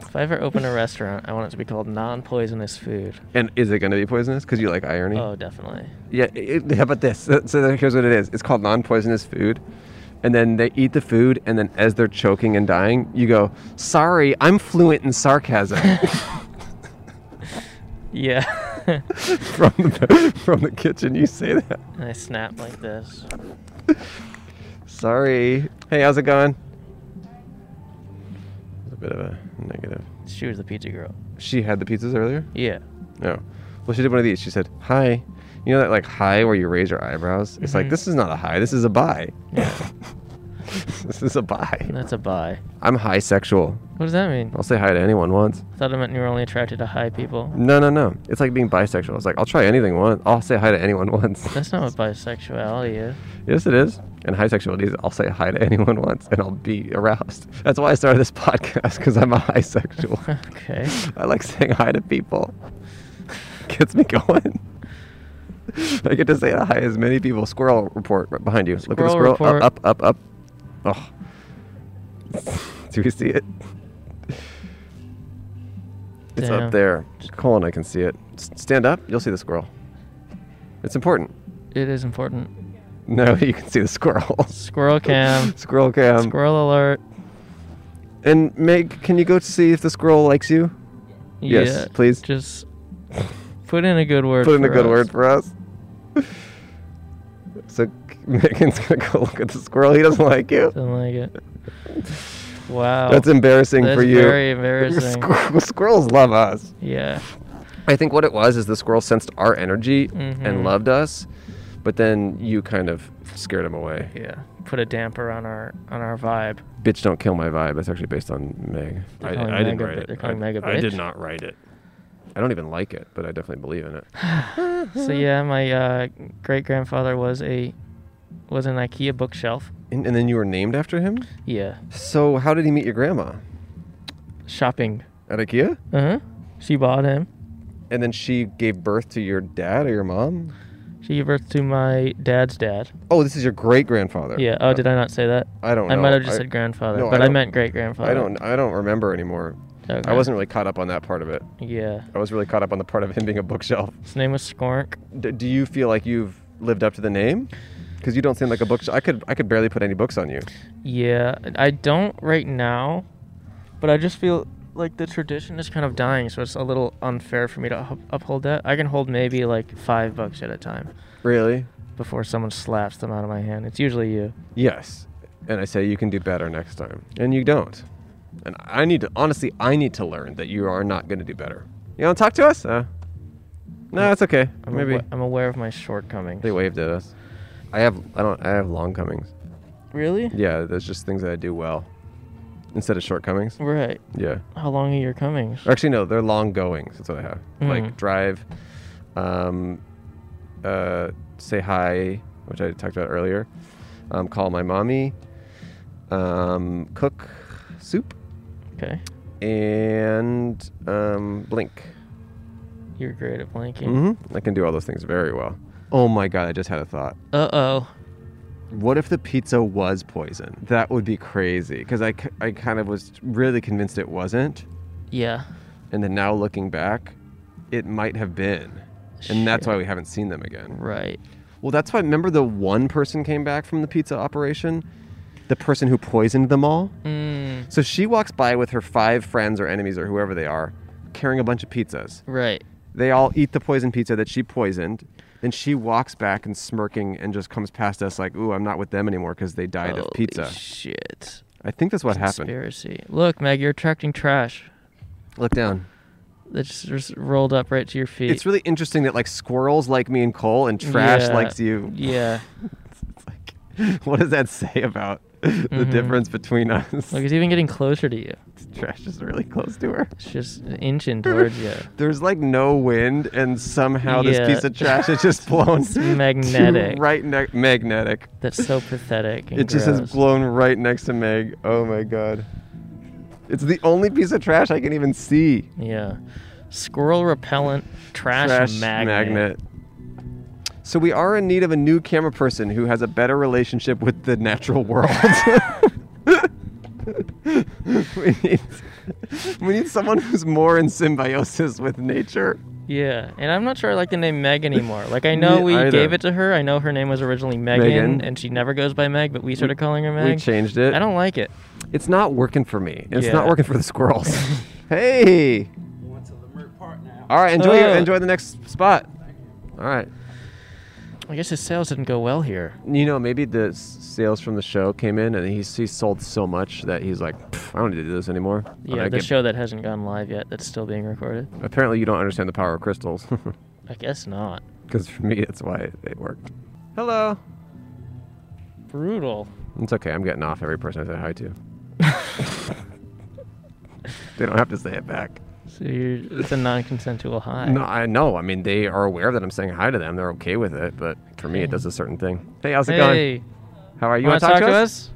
If I ever open a restaurant, [laughs] I want it to be called non-poisonous food.
And is it going to be poisonous? Because you like irony?
Oh, definitely.
Yeah, it, how about this? So, so here's what it is. It's called non-poisonous food. And then they eat the food, and then as they're choking and dying, you go, "Sorry, I'm fluent in sarcasm."
[laughs] Yeah.
from the from the kitchen, you say that.
and I snap like this.
Sorry. Hey, how's it going? A bit of a negative.
She was the pizza girl.
She had the pizzas earlier.
Yeah.
No. Well, she did one of these. She said, "Hi." You know that like "hi" where you raise your eyebrows? It's
Mm-hmm.
like this is not a hi. This is a bye.
[laughs]
this is a bye.
That's a buy.
I'm high sexual.
What does that mean?
I'll say hi to anyone once.
I thought it meant you were only attracted to high people.
No, no, no. It's like being bisexual. It's like I'll try anything once. I'll say hi to anyone [laughs]
[laughs]
once.
That's not what bisexuality is. [laughs]
yes, it is. And high sexuality is I'll say hi to [laughs] anyone once, and I'll be aroused. That's why I started this [laughs] podcast because I'm a high sexual.
[laughs] Okay.
I like saying hi to people. Gets me going. I get to say hi as many people. Squirrel report right behind you. Look at the
Squirrel
squirrel.
report.
Up, up, up, up. Oh. Do we see it? It's
Damn.
up there. Colin, I can see it. S- Stand up, you'll see the squirrel. It's important.
It is important.
[laughs] No, you can see the squirrel.
[laughs] Squirrel cam.
squirrel cam.
Squirrel alert.
And Meg, can you go to see if the squirrel likes you? Yes,
Yeah,
please.
Just put in a good word.
Put in a
for
good
us.
word for us. [laughs] So [laughs] Megan's gonna go look at the squirrel. He doesn't like you.
Something like it. Wow.
That's embarrassing
Oh, That's
for you. [laughs]
Very embarrassing.
Squir- [laughs] squirrels love us.
yeah.
I think what it was is the squirrel sensed our energy
Mhm.
and loved us, but then you kind of scared him away.
Yeah. Put a damper on our on our vibe.
Bitch, don't kill my vibe. That's actually based on Meg. I,
calling
I didn't
Meg a
write
bi-
it.
they're calling
I,
Meg a
I did
bitch?
not write it. I don't even like it, but I definitely believe in it.
So yeah, my uh, great grandfather was a was an IKEA bookshelf.
And, and then you were named after him?
Yeah,
So how did he meet your grandma?
shopping.
At IKEA?
Uh huh. She bought him.
And then she gave birth to your dad or your mom?
She gave birth to my dad's dad.
Oh, this is your great grandfather.
Yeah. Oh, did I not say that?
I don't
I
know.
might have
uh,
just
oh, I-
said grandfather,
no, I
but I,
don't-
meant great grandfather.
I don't I don't remember anymore. I wasn't really caught up on that part of it.
Yeah.
I was really caught up on the part of him being a bookshelf.
His name was Skork.
D- do you feel like you've lived up to the name? Because you don't seem like a bookshelf. I could I could barely put any books on you.
Yeah, I don't right now, but I just feel like the tradition is kind of dying, so it's a little unfair for me to up- uphold that. I can hold maybe like five bucks at a time
Really?
before someone slaps them out of my hand. It's usually you.
Yes. And I say you can do better next time, and you don't. And I need to honestly, I need to learn that you are not going to do better. You want to talk to us? Uh, no, it's okay.
I'm
Maybe
awa- I'm aware of my shortcomings.
they waved at us. I have I don't I have long comings.
Really?
Yeah, there's just things that I do well instead of shortcomings.
Right.
Yeah.
How long are your comings?
Or actually, no, they're long goings. That's what I have.
Mm.
Like drive, um, uh, say hi, which I talked about earlier. Um, call my mommy. Um, cook soup
Okay.
and um, blink.
You're great at blanking.
hmm I can do all those things very well. Oh my god! I just had a thought.
Uh oh.
What if the pizza was poison? That would be crazy. Because I, c- I kind of was really convinced it wasn't.
Yeah.
and then now looking back, it might have been. And that's why we haven't seen them again.
Right.
Well, that's why remember the one person came back from the pizza operation? The person who poisoned them all?
Mm,
So she walks by with her five friends or enemies or whoever they are, carrying a bunch of pizzas.
right.
They all eat the poison pizza that she poisoned. Then she walks back and smirking and just comes past us like, ooh, I'm not with them anymore because they died
Holy
of pizza.
Shit.
I think that's what happened.
Conspiracy. Look, Meg, you're attracting trash.
Look down.
that just, just rolled up right to your feet.
It's really interesting that like squirrels like me and Cole and trash
Yeah.
likes you.
Yeah.
[laughs] what does that say about the
Mm-hmm.
difference between us?
Look, it's even getting closer to you.
[laughs] Trash is really close to her.
It's just inching towards you.
There's like no wind, and somehow
Yeah.
this piece of trash is just blown [laughs]
It's
to
magnetic.
right next magnetic.
That's so pathetic. And
It just
gross.
has blown right next to Meg. Oh my god. It's the only piece of trash I can even see.
Yeah. Squirrel repellent trash, magnet.
So we are in need of a new camera person who has a better relationship with the natural world. [laughs] we need we need someone who's more in symbiosis with nature.
Yeah. And I'm not sure I like the name Meg anymore. Like
[laughs]
I know we
either.
gave it to her. I know her name was originally Megan,
Megan.
and she never goes by Meg, but we started calling her Meg.
We changed it.
I don't like it.
It's not working for me. It's not
Yeah.
working for the
[laughs]
squirrels. hey.
Going to Lemert Park now.
All right, enjoy your,
Uh.
enjoy the next spot. All right.
I guess his sales didn't go well here.
You know, maybe the s- sales from the show came in and he's, he sold so much that he's like, "Pff, I don't need to do this anymore. I'm
Yeah,
gonna
the
get-
show that hasn't gone live yet that's still being recorded.
Apparently, you don't understand the power of crystals. [laughs]
I guess not.
Because for me, that's why it, it worked. Hello.
Brutal.
It's okay. I'm getting off every person I say hi to. [laughs] they don't have to say it back.
So you're, it's a non-consensual high.
No, I know. I mean, they are aware that I'm saying hi to them. They're okay with it. But for me, it does a certain thing. Hey, how's it going?
Hey,
How are you?
you want to talk, to us?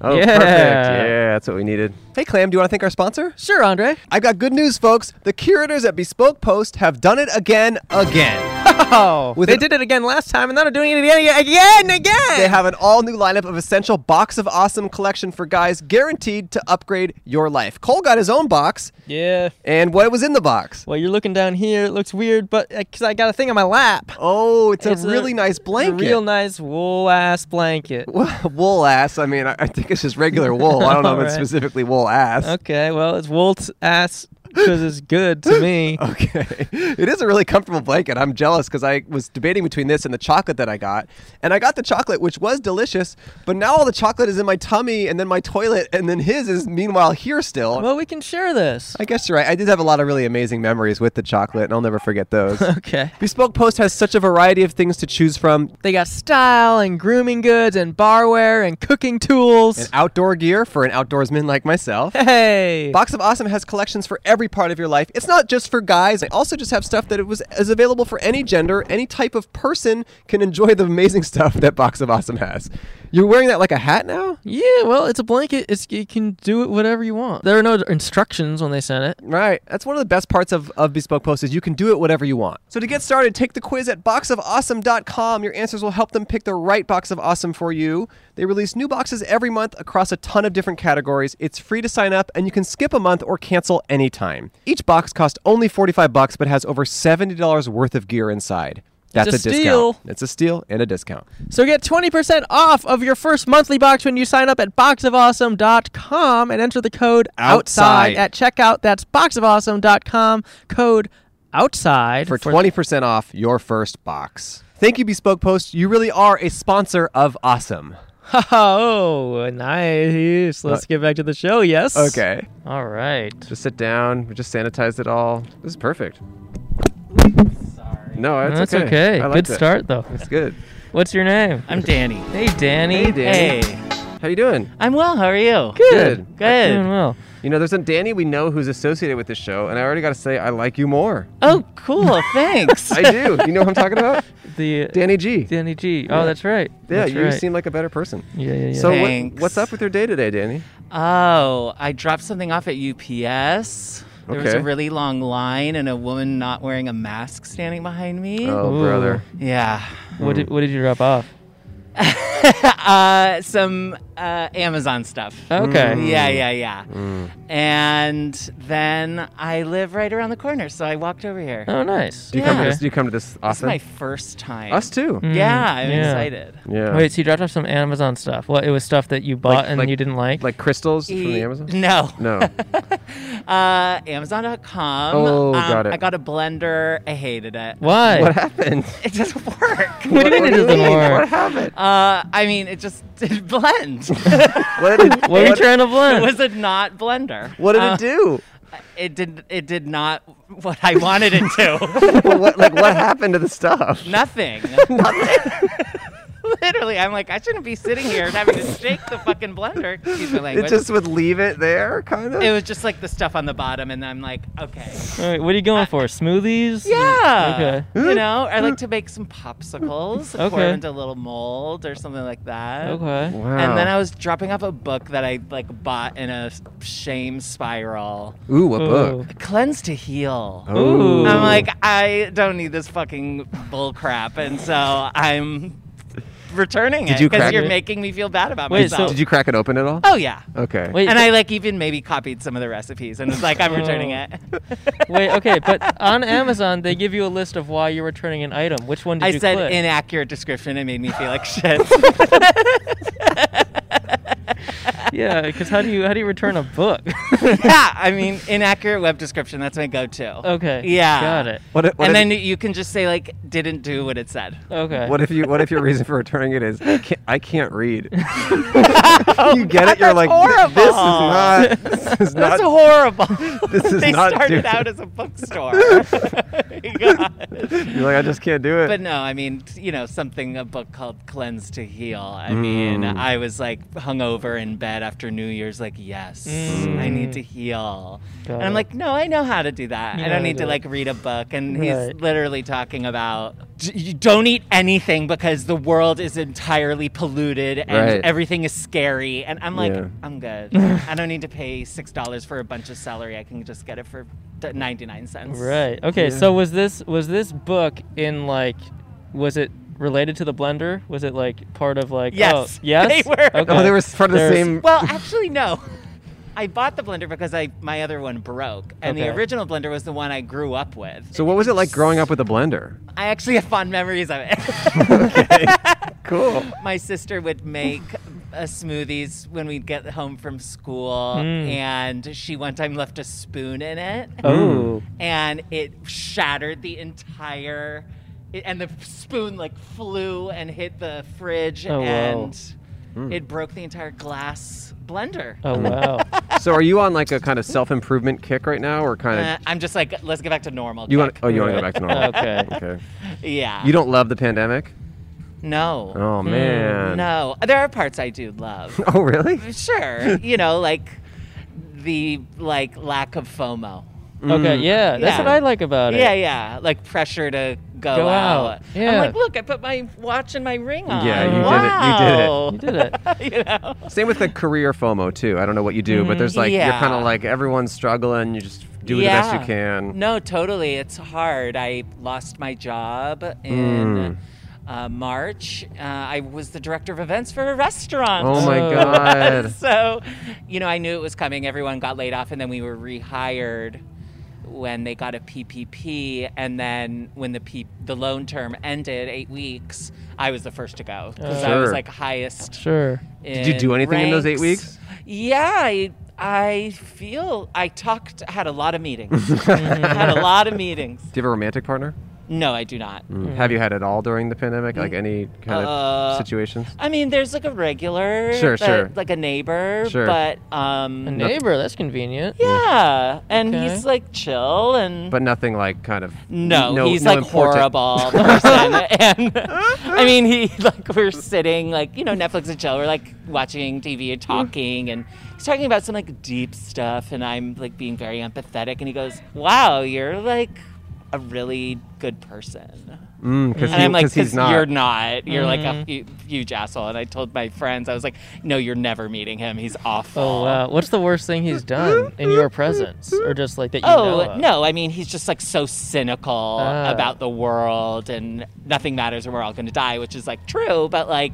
Oh,
Yeah.
perfect. Yeah, that's what we needed. Hey, Clam, do you want to thank our sponsor?
Sure, Andre.
I've got good news, folks. The curators at Bespoke Post have done it again, again.
Oh,
With
they
an-
did it again last time, and now they're doing it again, again, again.
They have an all new lineup of essential box of awesome collection for guys guaranteed to upgrade your life. Cole got his own box,
yeah.
and what was in the box?
Well, you're looking down here. It looks weird, but
uh,
because I got a thing on my lap.
Oh, it's,
It's
a really nice blanket.
real nice wool ass blanket.
[laughs] wool ass. I mean, I, I think it's just regular wool. I don't know if it's
Alright.
specifically wool ass.
Okay, well, it's wool t- ass because it's good to me.
[laughs]
Okay. [laughs] It is a really comfortable blanket. I'm jealous because I was debating between this and the chocolate that I got. And I got the chocolate, which was delicious, but now all the chocolate is in my tummy and then my toilet, and then his is meanwhile here still.
Well, we can share this.
I guess you're right. I did have a lot of really amazing memories with the chocolate, and I'll never forget those.
[laughs] Okay.
Bespoke Post has such a variety of things to choose from
They got style and grooming goods and barware and cooking tools. [laughs]
and outdoor gear for an outdoorsman like myself.
hey.
Box of Awesome has collections for every
every part of your life. It's not just for guys. I also just have stuff that it was is available for any gender, any type of person can enjoy the amazing [laughs] stuff that Box of Awesome has. You're wearing that like a hat now,
Yeah, well, it's a blanket. It's you can do it whatever you want. There are no instructions when they sent it.
right? That's one of the best parts of of Bespoke Post is you can do it whatever you want. So to get started, take the quiz at boxofawesome.com. Your answers will help them pick the right box of awesome for you. They release new boxes every month across a ton of different categories. It's free to sign up, and you can skip a month or cancel anytime. Each box costs only 45 bucks, but has over $70 worth of gear inside. That's
a
a,
steal.
discount. It's a steal and a discount.
So get 20% off of your first monthly box when you sign up at boxofawesome.com and enter the code outside,
Outside.
at checkout. That's boxofawesome.com code outside
for 20% off your first box. Thank you, Bespoke Post. You really are a sponsor of awesome.
uh,
Oh, nice. Let's get back to the show. Yes.
Okay.
All right.
Just sit down. We just sanitized it all. This is perfect. Sorry. No, it's
That's
okay.
okay.
I
Good
liked it.
start though.
It's good.
What's your name?
I'm Danny.
Hey, Danny.
Hey, Danny. How you doing?
I'm well. How are you?
Good.
Doing
Good.
well.
You know, there's a Danny we know who's associated with this show, and I already got to say I like you more.
Oh, cool. Thanks. [laughs]
I do. You know what I'm talking
[laughs]
about?
The uh,
Danny G.
Danny G. Oh, that's right.
yeah,
That's
you
right.
seem like a better person.
Yeah, yeah, yeah.
So what,
Thanks.
what's up with your day today, Danny?
Oh, I dropped something off at UPS. There was
Okay.
a really long line and a woman not wearing a mask standing behind me.
Oh,
Ooh.
brother.
Yeah. [laughs]
what did what did you drop off?
uh, some uh, Amazon stuff.
Mm.
Okay.
Hmm.
Yeah, yeah, yeah. And then I live right around the corner, so I walked over here.
Oh, nice.
Do you
Yeah.
come to
Okay.
this? Do you come to this
This is
often?
my first time.
Us too.
Mm,
yeah, I'm
yeah.
excited.
Yeah.
Wait, so you dropped off some Amazon stuff. What? It was stuff that you bought and
like-
you didn't like.
like crystals from the
E-
Amazon?
No. [laughs]
No.
Uh, Amazon.com.
Oh,
Um,
got it.
I got a blender. I hated it.
Why?
what happened?
It doesn't [laughs] work.
What do you mean it doesn't
What
work?
happened?
[laughs] Uh, I mean, it just [laughs] didn't blend. [laughs]
What did,
What are you
what-
trying to blend?
it was a not blender.
what did
Uh,
it do?
It did. It did not what I wanted it
[laughs]
to.
Well, what, like what happened to the
[laughs]
stuff?
Nothing. [laughs] Literally, I'm like, I shouldn't be sitting here and having to shake the fucking blender. Excuse my
It
language.
just would leave it there, kind of.
It was just like the stuff on the bottom, and I'm like, okay.
All right, what are you going for? Smoothies?
Yeah.
Okay.
You know, I like to make some popsicles, pour
Okay.
them into a little mold or something like that.
Okay.
wow.
And then I was dropping off a book that I like bought in a shame spiral.
Ooh, a book.
Cleanse to heal.
Ooh.
Ooh.
I'm like, I don't need this fucking bull crap, and so I'm returning
Did
it
you
because
crack
you're
it?
making me feel bad about
Wait, so-
myself.
Did you crack it open at all?
oh yeah.
Okay.
Wait,
And
but-
I like even maybe copied some of the recipes and was like, I'm returning
Oh.
it. [laughs]
Wait, okay, but on Amazon they give you a list of why you're returning an item. Which one did
I
you
said
click?
inaccurate description. It made me
[laughs]
feel like shit. [laughs]
yeah, because how do you how do you return a
[laughs]
book? [laughs]
yeah, I mean inaccurate web description. That's my go-to.
okay.
Yeah.
Got it.
What, if- what
and
if,
then you can just say like, didn't do what it said.
Okay.
what if you what if your reason for returning it is I can't, I can't
[laughs]
read? [laughs] you get it. You're like
that's
this is not this is
[laughs]
not
That's horrible.
[laughs] this is
they
not
started
doing
out
it.
as a
[laughs]
bookstore. [laughs] God.
you're like I just can't do it.
But no, I mean, t- you know, something a book called Cleanse to Heal. I
Mm.
mean, I was like hungover in bed after New Year's, like, yes, I need to heal.
Mm. Got
and I'm
it.
like, no, I know how to do that.
You
I
know how
don't
to
need
do
to
it.
like read a book. And he's
Right.
literally talking about "D- you don't eat anything because the world is entirely polluted and
Right.
everything is scary. And I'm like,
Yeah.
[laughs]
I'm good. I don't need to pay six dollars for a bunch of celery. I can just get it for d- 99 cents.
Right. Okay. So was this was this book in like was it related to the blender? Was it like part of like
Yes. [laughs]
oh yes?
They were.
Okay.
oh, they were part of the
There's-
same.
Well, actually, no. I bought the blender because I my other one broke, and
Okay.
the original blender was the one I grew up with.
So what was it like growing up with a blender?
I actually have fond memories of it.
[laughs]
[laughs]
Cool.
my sister would make uh, smoothies when we'd get home from school,
Hmm.
and she one time left a spoon in it,
Mm.
Oh.
and it shattered the entire. It, and the spoon like flew and hit the fridge,
Oh, wow. Hmm.
and it broke the entire glass blender.
Oh wow.
So are you on like a kind of self improvement kick right now, or kind of
Uh, I'm just like, let's get back to normal.
you want?
quick.
Oh, you want to go back to normal?
Okay.
Okay.
Yeah.
You don't love the pandemic?
No.
Oh man.
Mm, No. There are parts I do love.
Oh really?
sure. You know, like the like lack of FOMO.
Okay, yeah, that's
Yeah.
what I like about it.
Yeah, yeah. Like pressure to go,
Go
out.
out, yeah.
I'm like, look, I put my watch and my ring on.
Yeah, you did it, you did it.
wow.
You did it.
did it. [laughs] you know?
Same with the career FOMO too. I don't know what you do, but there's like you're
Mm, Yeah.
kind of like everyone's struggling. You just do the best you can.
No, totally. It's hard. I lost my job in uh, March. Uh, I was the director of events for a restaurant.
Oh my
Oh.
[laughs]
god.
so, you know, I knew it was coming. Everyone got laid off, and then we were rehired when they got a PPP. And then when the P- the loan term ended, eight weeks, I was the first to go because I was
Sure.
like highest.
Sure.
Did
you do anything in those eight weeks?
Yeah, I, I feel I talked, had a lot of meetings.
[laughs]
had a lot of meetings.
Do you have a romantic partner?
No, I do not.
Have you had it all during the pandemic? Like any kind of
Mm. Uh,
situations?
I mean, there's like a regular,
Sure,
that-
sure.
like a neighbor,
Sure.
but
A
um,
neighbor, that's convenient.
yeah, and
Okay.
he's like chill and.
But nothing like kind of.
no,
no
he's
no
like
important-
horrible person. and I mean, he like we're sitting like you know Netflix and chill. We're like watching TV and talking, and he's talking about some like deep stuff, and I'm like being very empathetic, and he goes, "Wow, you're like a really good person."
Mm, because
And I'm like,
he's
"'Cause
not.
you're not. You're like a hu- huge asshole." And I told my friends, I was like, "No, you're never meeting him. He's awful."
Oh wow. What's the worst thing he's done in your presence, or just like that you know?
Oh
of? Uh,
no! I mean, he's just like so cynical
Oh.
Ah.
about the world, and nothing matters, and we're all going to die, which is like true. But like,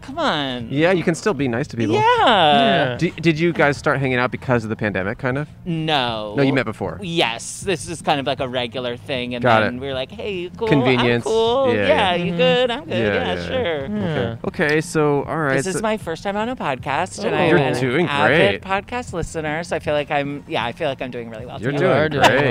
come on,
yeah, you can still be nice to people.
yeah.
D- did you guys start hanging out because of the pandemic, kind of?
no,
No, you met before.
Yes, this is kind of like a regular thing, and
Got
then
it.
we were like, "Hey, you cool?
Convenience.
I'm
Yeah,
cool. Yeah,
yeah.
you good? I'm good.
Yeah,
Yeah,
yeah.
sure."
Yeah.
Okay, so all right.
This
so-
is my first time on a podcast, and
Oh.
I'm
You're
an
doing great.
avid podcast listener, so I feel like I'm, yeah, I feel like I'm doing really well.
You're
today.
You
doing
are doing
great.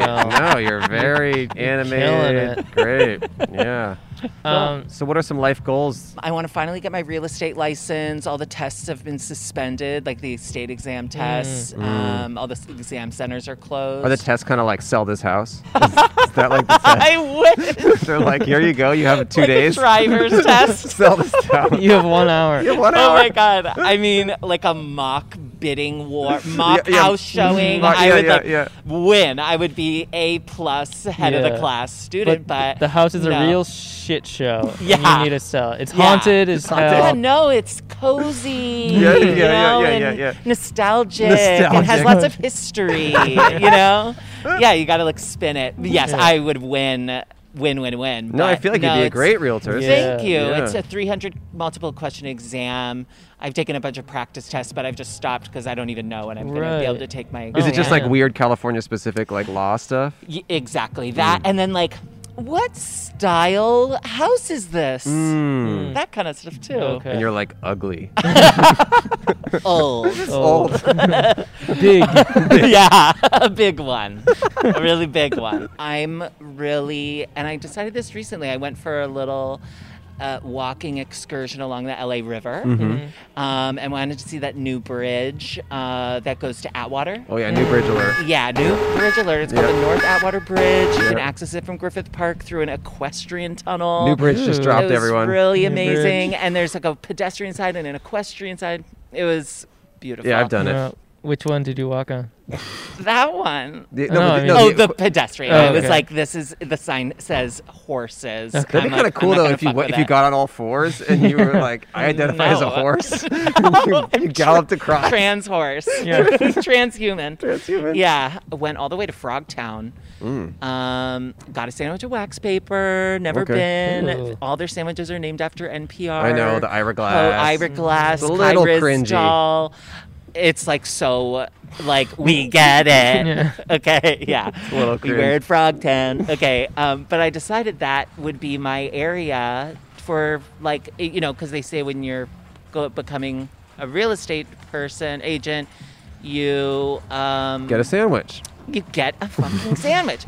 [laughs]
well.
No, you're
[laughs]
very animated. Great. Yeah.
Um,
So, what are some life goals?
I want to finally get my real estate license. All the tests have been suspended, like the state exam tests. Um, all the s- exam centers are closed.
Mm. Are the tests kind of like sell this house? Is, is that like the test?
[laughs] I
[laughs]
wish.
They're like, here you go. You
[laughs]
have two
Like a
days. [laughs]
driver's test.
sell this
[laughs]
house.
[laughs] You have one hour.
You have [laughs] one
Oh
hour.
my god! I mean, like a mock bidding war,
[laughs]
mock
Yeah, yeah.
house showing.
Mock- yeah,
I would
yeah,
like
yeah.
win. I would be a plus head of
Yeah.
the class student,
but,
but,
the house is
no.
a real shit show. and
Yeah.
you need to sell. it. It's
Yeah.
haunted as
Yeah,
hell.
no, it's cozy.
[laughs] Yeah, yeah,
you
yeah,
know,
yeah, yeah,
and
yeah.
Nostalgic. It
Nostalgic.
has lots of history.
[laughs]
you know. Yeah, you got to like spin it. But Yes, I would win, win, win, win.
No, I
but
feel like
no,
you'd be a
it's-
great realtor.
Yeah.
Thank you.
Yeah.
It's a 300 multiple question exam. I've taken a bunch of practice tests, but I've just stopped because I don't even know when I'm going to
Right.
be able to take my.
Is
Oh,
it just
yeah.
like weird California specific like law stuff?
Y- exactly
Hmm.
that, and then like, what style house is this? That kind of stuff too.
Hmm. Okay.
And Hmm. you're like ugly.
Old.
old. [laughs] Big.
[laughs] yeah, a big one, a really big one. I'm really, and I decided this recently. I went for a little uh, walking excursion along the LA River,
Mm-hmm.
um, and wanted to see that new bridge uh, that goes to Atwater.
Oh yeah, new bridge alert.
Yeah, new bridge alert. It's called
Yeah.
the North Atwater Bridge. You can
Yeah.
access it from Griffith Park through an equestrian tunnel.
New bridge just
Ooh.
dropped,
It Oh, was
everyone.
really
New bridge.
amazing, and there's like a pedestrian side and an equestrian side. It was beautiful.
yeah, I've done
Uh,
it.
which one did you walk on?
that one.
The-
No,
but
I
the-
mean-
Oh,
the-
the pedestrian.
Oh,
I was
okay.
like, this is the sign says horses.
Okay.
That'd
I'm
be kind
like,
of cool
I'm not
though
gonna
if you
fuck
wa-
with
if you
it.
got on all fours and you
[laughs]
were like, I identify as a
No. [laughs]
horse. [laughs]
No,
you
I'm
galloped across. [laughs]
trans horse,
Yeah.
[laughs] transhuman.
Transhuman. Mm.
Yeah, went all the way to Frogtown. Um, got a sandwich of wax paper. Never
Okay.
been.
Ooh.
All their sandwiches are named after NPR.
I know, the Ira
Oh,
Glass.
Ira Glass,
It's a little
Kai
cringy.
Ryssdal. It's like so, like
[laughs]
we get it.
Yeah.
[laughs] Okay, yeah.
little
we were at Frogtown. [laughs] Okay, um, but I decided that would be my area for like y- you know because they say when you're go- becoming a real estate person agent, you um,
Get a sandwich.
you get a fucking sandwich.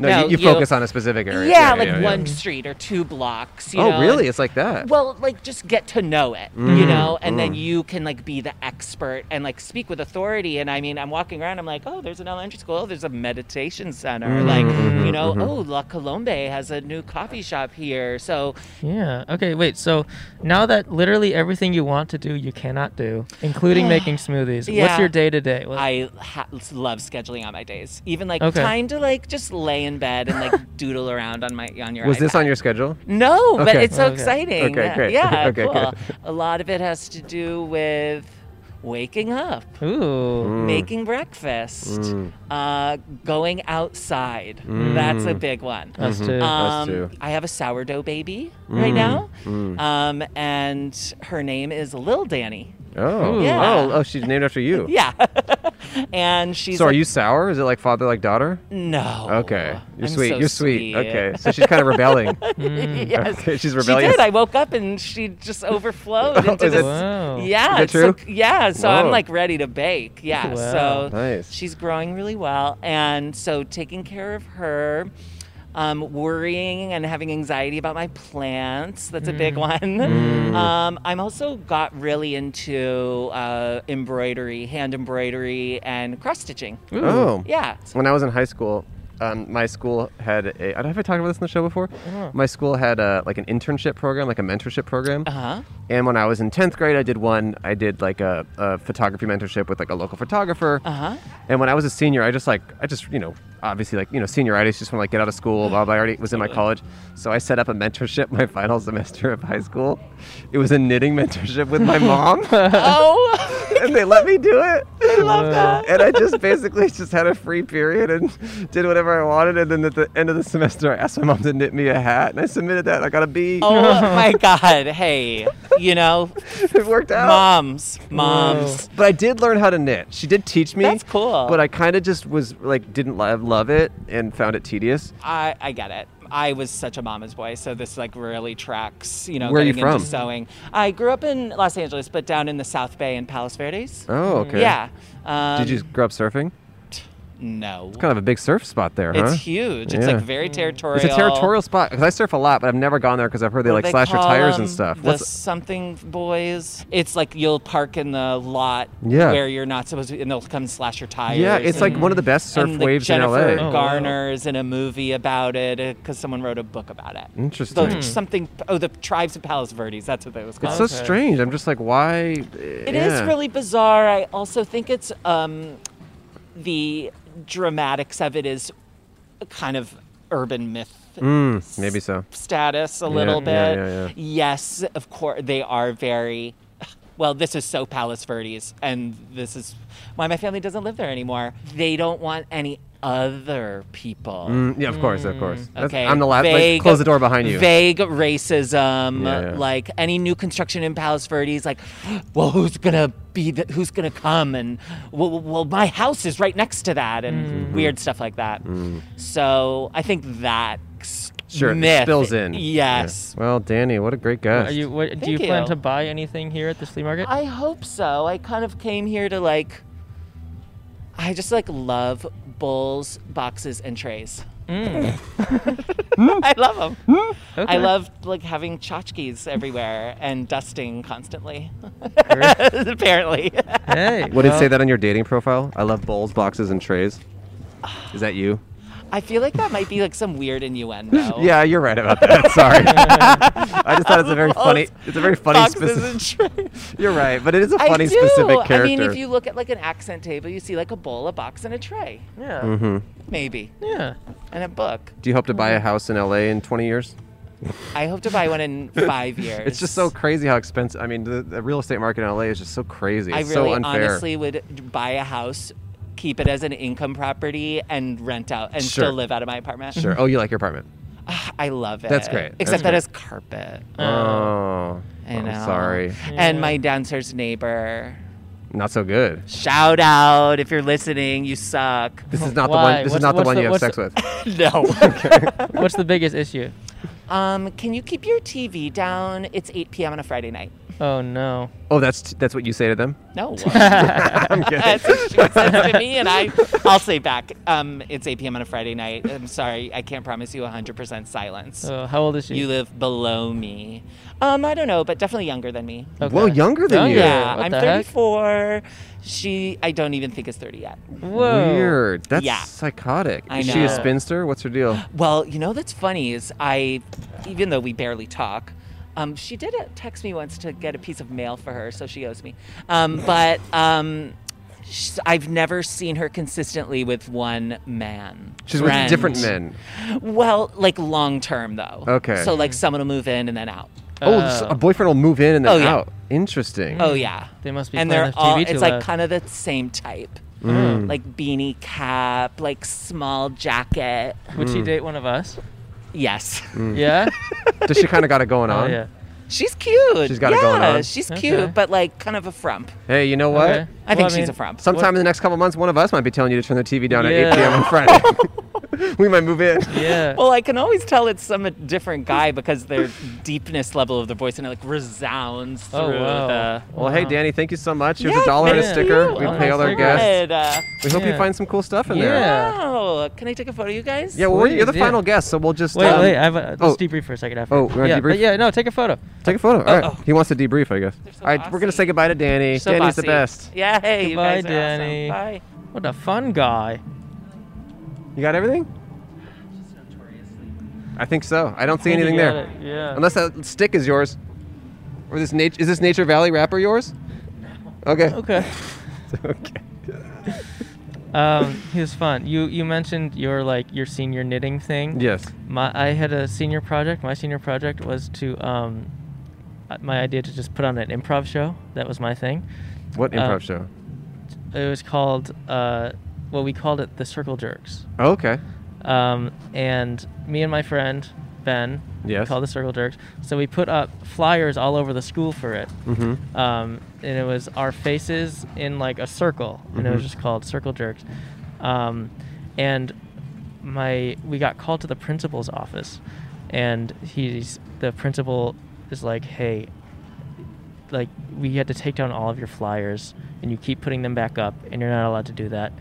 [laughs] No, you, you, focus on a specific area.
Yeah, like one street or two blocks. You
Oh,
know, and-
really? It's like that.
well, like just get to know it,
Mm-hmm.
you know, and then you can like be the expert and like speak with authority. And I mean, I'm walking around, I'm like, oh, there's an elementary school, oh, there's a meditation center,
Mm-hmm.
like you know, oh, La Colombe has a new coffee shop here. So
Yeah. Okay. Wait. So now that literally everything you want to do, you cannot
[sighs]
do, including making smoothies. What's
Yeah.
your day to day?
I ha- love scheduling out my days, even like
Okay.
time to like just lay in bed and like [laughs] doodle around on my on your
Was this
iPad.
on your schedule?
No, but
Okay.
it's so
Okay.
exciting.
Okay, great. [laughs]
Yeah,
Okay,
cool.
good.
A lot of it has to do with waking up,
Mm.
Ooh.
making breakfast, uh, going outside.
Mm.
That's a big one.
Us too.
Um,
too.
I have a sourdough baby
Mm.
right now, um, and her name is Lil Danny.
Oh,
Yeah.
oh, oh, she's named after you.
Yeah, [laughs] and she's
So are
like,
you sour? Is it like father like daughter?
no.
Okay, you're
I'm
sweet.
so
you're sweet. Okay, so she's kind of rebelling.
[laughs]
[laughs]
yes.
Okay, she's
She
rebellious.
did. I woke up and she just overflowed
[laughs] Oh,
into
is
this.
it-
Wow.
Yeah,
Is that
so-
true?
yeah. So
Whoa.
I'm like ready to bake.
[laughs]
Yeah.
Wow.
So
Nice.
she's growing really well, and so taking care of her, um, worrying and having anxiety about my plants. That's a big one.
Mm.
[laughs] Um, I'm also got really into uh, embroidery, hand embroidery, and cross stitching.
Oh,
Yeah.
when I was in high school, um, my school had a. Have I talked about this in the show before? My school had a like an internship program, like a mentorship program.
Uh huh.
And when I was in tenth grade, I did one. I did like a, a photography mentorship with like a local photographer.
Uh huh.
And when I was a senior, I just like I just you know obviously like you know senioritis, just want to like get out of school. Blah blah. I already was in my college, so I set up a mentorship [laughs] my final semester of high school. It was a knitting mentorship with my mom,
Oh.
and they let me do
[laughs]
it. I
love that.
And I just basically just had a free period and did whatever I wanted. And then at the end of the semester, I asked my mom to knit me a hat, and I submitted that. and I got a B.
Oh my God! Hey, you know,
[laughs] it worked out.
moms, moms.
But I did learn how to knit. She did teach me.
That's cool.
But I kind of just was like didn't love, love it and found it tedious.
I, I get it. I was such a mama's boy, so this like really tracks. You know,
Where are you
getting into
from?
sewing. I grew up in Los Angeles, but down in the South Bay in Palos Verdes.
Oh, okay.
Mm, Yeah. Um,
Did you grow up surfing?
No. It's,
Kind of a big surf spot there, huh?
huge. It's like
Yeah.
very territorial.
It's a territorial spot because I surf a lot, but I've never gone there because I've heard they
What
like
do they
slash your
call
tires and
them?
stuff.
The something boys. It's like you'll park in the lot
Yeah.
where you're not supposed to, and they'll come slash your tires.
yeah, it's like
and-
one of the best surf
and like
waves in
Jennifer
LA.
Oh,
Garner's in a movie about it because someone wrote a book about it.
Interesting.
The, Something. Oh, the tribes of Palos Verdes. That's what that was
It's
called.
so
Okay.
strange. I'm just like, why?
It is really bizarre. I also think it's um, the dramatics of it is kind of urban myth.
Mm, maybe so.
Status a little
yeah,
bit.
yeah, yeah.
Yes, of course they are very. Well, this is so Palos Verdes, and this is why my family doesn't live there anymore. They don't want any other people.
Mm, yeah, of course, of course. That's-
Okay.
I'm the last. Like,
Vague-
close the door behind you.
Vague racism,
Yeah, yeah.
like any new construction in Palos Verdes, like, well, who's gonna be? The, who's gonna come? And well, well, my house is right next to that, and
Mm-hmm.
weird stuff like that. So I think that s-
Sure, it
myth
spills in. Yeah.
Yes.
Well, Danny, what a great guest.
Are you, what, do you,
Thank
plan
you.
to buy anything here at the flea
[laughs]
market?
I hope so. I kind of came here to like. I just like love bowls, boxes, and trays.
Mm.
[laughs] I love them. I love like having tchotchkes everywhere and dusting constantly. [laughs] Apparently.
hey.
Would it
well,
say that on your dating profile? I love bowls, boxes, and trays. Is that you?
I feel like that might be like some weird innuendo.
Yeah, you're right about that. [laughs]
[laughs]
Sorry. I just thought it's a very funny. It's a very funny
Boxes
specific.
and [laughs] trays.
You're right, but it is a funny
I do.
specific character.
I mean, if you look at like an accent table, you see like a bowl, a box, and a tray,
Yeah.
Mm-hmm.
maybe,
Yeah.
and a book.
Do you hope to buy a house in LA in 20 years?
I hope to buy one in five
[laughs]
years.
It's just so crazy how expensive. I mean, the, the real estate market in LA is just so crazy.
I
It's
really
so unfair.
honestly would buy a house, keep it as an income property, and rent out and
Sure.
still live out of my apartment.
sure. Oh, you like your apartment?
[sighs] Ah, I love it.
That's great. That's
Except that
great.
is carpet.
oh,
I
I'm
know.
sorry.
And my downstairs neighbor.
Not so good.
Shout out if you're listening, you suck.
This is not the one.
Why?
This is
What's-
not the
what's
one
the-
you have
what's
sex
the-
with.
[laughs]
no.
What's the biggest issue?
um, can you keep your TV down? It's 8 p.m. on a Friday night.
Oh no.
Oh, that's that's what you say to
[laughs]
them. [laughs]
No. That's what she says to me, and I, I'll say back. Um, it's 8 p.m. on a Friday night. I'm sorry, I can't promise you 100% silence.
Uh, how old is she?
You live below me. Um, I don't know, but definitely younger than me.
Okay.
Well, younger than you.
Younger.
Yeah,
What
I'm
the heck?
34. She, I don't even think is 30 yet.
Whoa.
Weird. That's
Yeah.
psychotic.
I
Is she
know.
a spinster? What's her deal?
Well, you know that's funny is I, even though we barely talk, um, she did
[laughs]
text me once to get a piece of mail for her, so she owes me. Um, but um, sh I've never seen her consistently with one man.
She's with
friend.
different men.
Well, like long term though.
Okay.
So like someone will move in and then out.
oh, s- a boyfriend will move in and then
Oh, yeah.
out. Interesting.
Oh yeah.
They must be
and
playing
they're
FTV
all
too
it's like
loud.
kind of the same type.
Mm.
Like beanie cap, like small jacket.
Would
Hmm.
she date one of us?
Yes.
Mm.
Yeah.
Does she kind of got it going
[laughs] Oh
on?
yeah.
She's cute.
She's got it
yeah,
going on.
She's
Okay.
cute, but like kind of a frump.
Hey, you know what?
Okay.
I
Well,
think she's
mean,
a frump.
Sometime in the next couple months, one of us might be telling you to turn the TV down at 8 p.m. on
Yeah. [laughs]
Friday. [laughs] we might move in.
Yeah.
[laughs] Well, I can always tell it's some different guy because their deepness level of their voice and it like resounds through
Oh, wow.
the.
Well, hey,
Wow.
Danny, thank you so much. Here's
Yeah,
a dollar and a
thank
sticker.
you.
We
Oh,
pay all our
thank
guests.
Good. Uh,
We hope you
Yeah.
find some cool stuff in there.
Yeah.
wow. Can I take a photo, of you guys?
Yeah, well, we're- you're the
Please, yeah.
final guest, so we'll just
Wait,
um,
wait. I have a, let's
oh.
debrief for a second after.
Oh, we're gonna
yeah,
debrief?
But yeah, no, take a photo.
take a photo.
uh,
All right. He wants to debrief, I guess.
so
all right, we're gonna
bossy.
say goodbye to Danny.
So
Danny's the
bossy.
best.
Yeah. Hey, you
Goodbye,
guys are awesome.
Danny.
Bye.
What a fun guy.
You got everything? I think so. I don't see
Think you
anything
got
there,
it, Yeah.
unless that stick is yours, or this nature is this Nature Valley wrapper yours? Okay.
Okay.
okay.
Um, he was fun. You you mentioned your like your senior knitting
[laughs]
thing.
Yes.
My I had a senior project. My senior project was to um, uh, my idea to just put on an improv show. That was my thing.
What improv
Uh,
show?
It was called uh, well we called it the Circle Jerks.
Oh, okay.
Um, and me and my friend Ben,
Yes.
called the Circle Jerks. So we put up flyers all over the school for it.
Mm-hmm.
um, and it was our faces in like a circle, and it was
Mhm.
just called Circle Jerks. Um, and my we got called to the principal's office, and he's the principal is like, "Hey, like we had to take down all of your flyers, and you keep putting them back up, and you're not allowed to do that."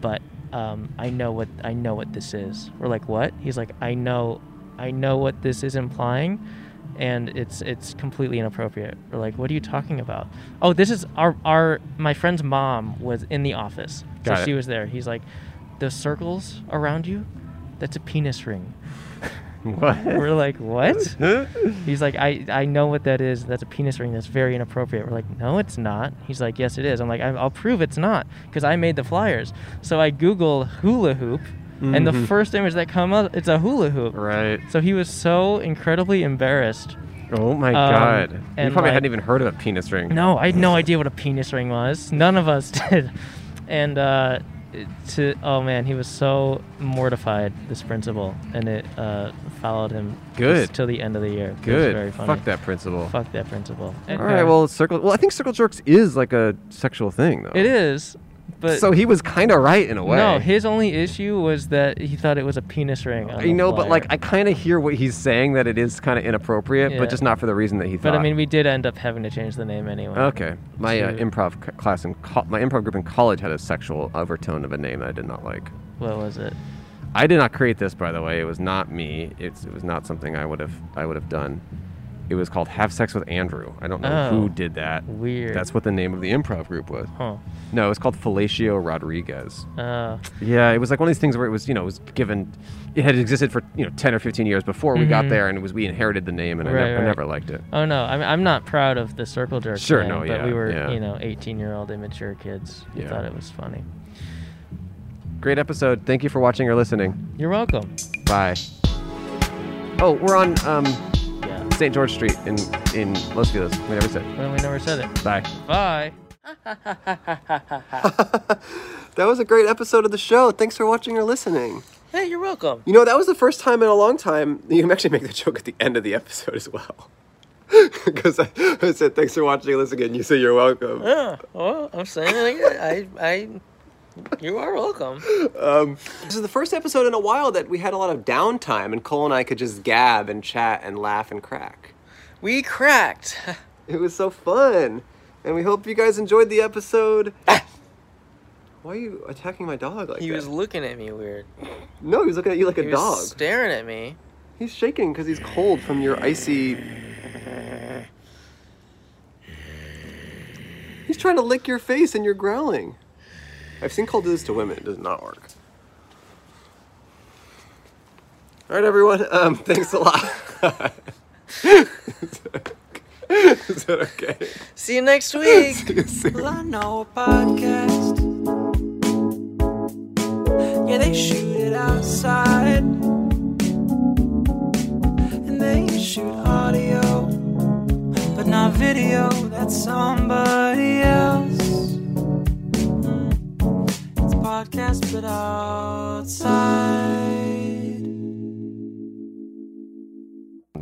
But um, I know what I know what this is. We're like, "What?" He's like, "I know, I know what this is implying." and it's it's completely inappropriate. We're like, what are you talking about? Oh, this is our our my friend's mom was in the office,
Got
so
it.
she was there. He's like, the circles around you, that's a
[laughs]
penis ring.
What? [laughs]
We're like, what? He's like, I I know what that is. That's a penis ring. That's very inappropriate. We're like, no, it's not. He's like, yes, it is. I'm like, I- I'll prove it's not because I made the flyers. So I Google hula hoop, and the
Mhm.
first image that come up, it's a hula hoop.
right.
So he was so incredibly embarrassed
Oh my
Um,
god. You
and,
probably
like-
hadn't even heard of a penis ring.
No, I had no idea what a penis ring was. None of us [laughs] did. And uh, it- to oh man, he was so mortified. This principal, and it uh, followed him
Good.
till the end of the year. It was
Good.
very funny.
Fuck that principle.
Fuck that principal.
All right. Well, circle. Well, I think circle jerks is like a sexual thing, though.
it is, but
Oh. so he was kind of right in a way.
no. His only issue was that he thought it was a penis ring. on
You
the
know, but like
flyer.
I kind of hear what he's saying that it is kind of inappropriate,
Yeah.
but just not for the reason that he thought.
But I mean, we did end up having to change the name anyway.
Okay, my uh,
to-
improv c- class in co- my improv group in college had a sexual overtone of a name that I did not like.
What was it?
I did not create this, by the way. It was not me. It's, it was not something I would have I would have done. It was called "Have Sex with Andrew." I don't know
Oh.
who did that.
Weird.
That's what the name of the improv group was.
Huh.
No, it was called Fellatio Rodriguez.
Uh,
Yeah, it was like one of these things where it was, you know, it was given, it had existed for, you know, 10 or 15 years before we got
Mhm.
there and it was, we inherited the name and I,
Right,
nev- I
right.
never liked it.
Oh no, I'm I'm not proud of the circle jerk.
Sure,
thing,
no,
but
yeah,
we were
yeah.
you know 18 year old immature kids. who
Yeah.
Thought it was funny.
Great episode. Thank you for watching or listening.
You're welcome.
Bye. Oh, we're on um,
Yeah.
St. George Street in, in Los Feliz. We never said.
Well, we never said it.
Bye.
Bye.
That was a great episode of the show. Thanks for watching or listening.
Hey, you're welcome.
You know, that was the first time in a long time you can actually make the joke at the end of the episode as well. [laughs] Because I, I said, thanks for watching and listening, and you say you're welcome.
Yeah. Well, Oh, I'm saying it again. I, I, you are welcome.
This is the first episode in a while that we had a lot of downtime, and Cole and I could just gab and chat and laugh and crack.
We cracked. [laughs]
It was so fun. And we hope you guys enjoyed the episode. Why are you attacking my dog like
Ah. He
that?
was looking at me weird.
no, he was looking at you like
he
a
was
dog.
staring at me.
he's shaking because he's cold from your icy. He's trying to lick your face and you're growling. I've seen Cole do this to women. It does not work. All right, everyone. Um, [laughs] thanks a lot. Is that okay?
See you next week.
See you soon.
Well, I know a podcast Yeah, they shoot it outside. And they shoot audio, but not video. That's somebody else. It's a podcast, but outside.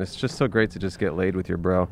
It's just so great to just get laid with your bro.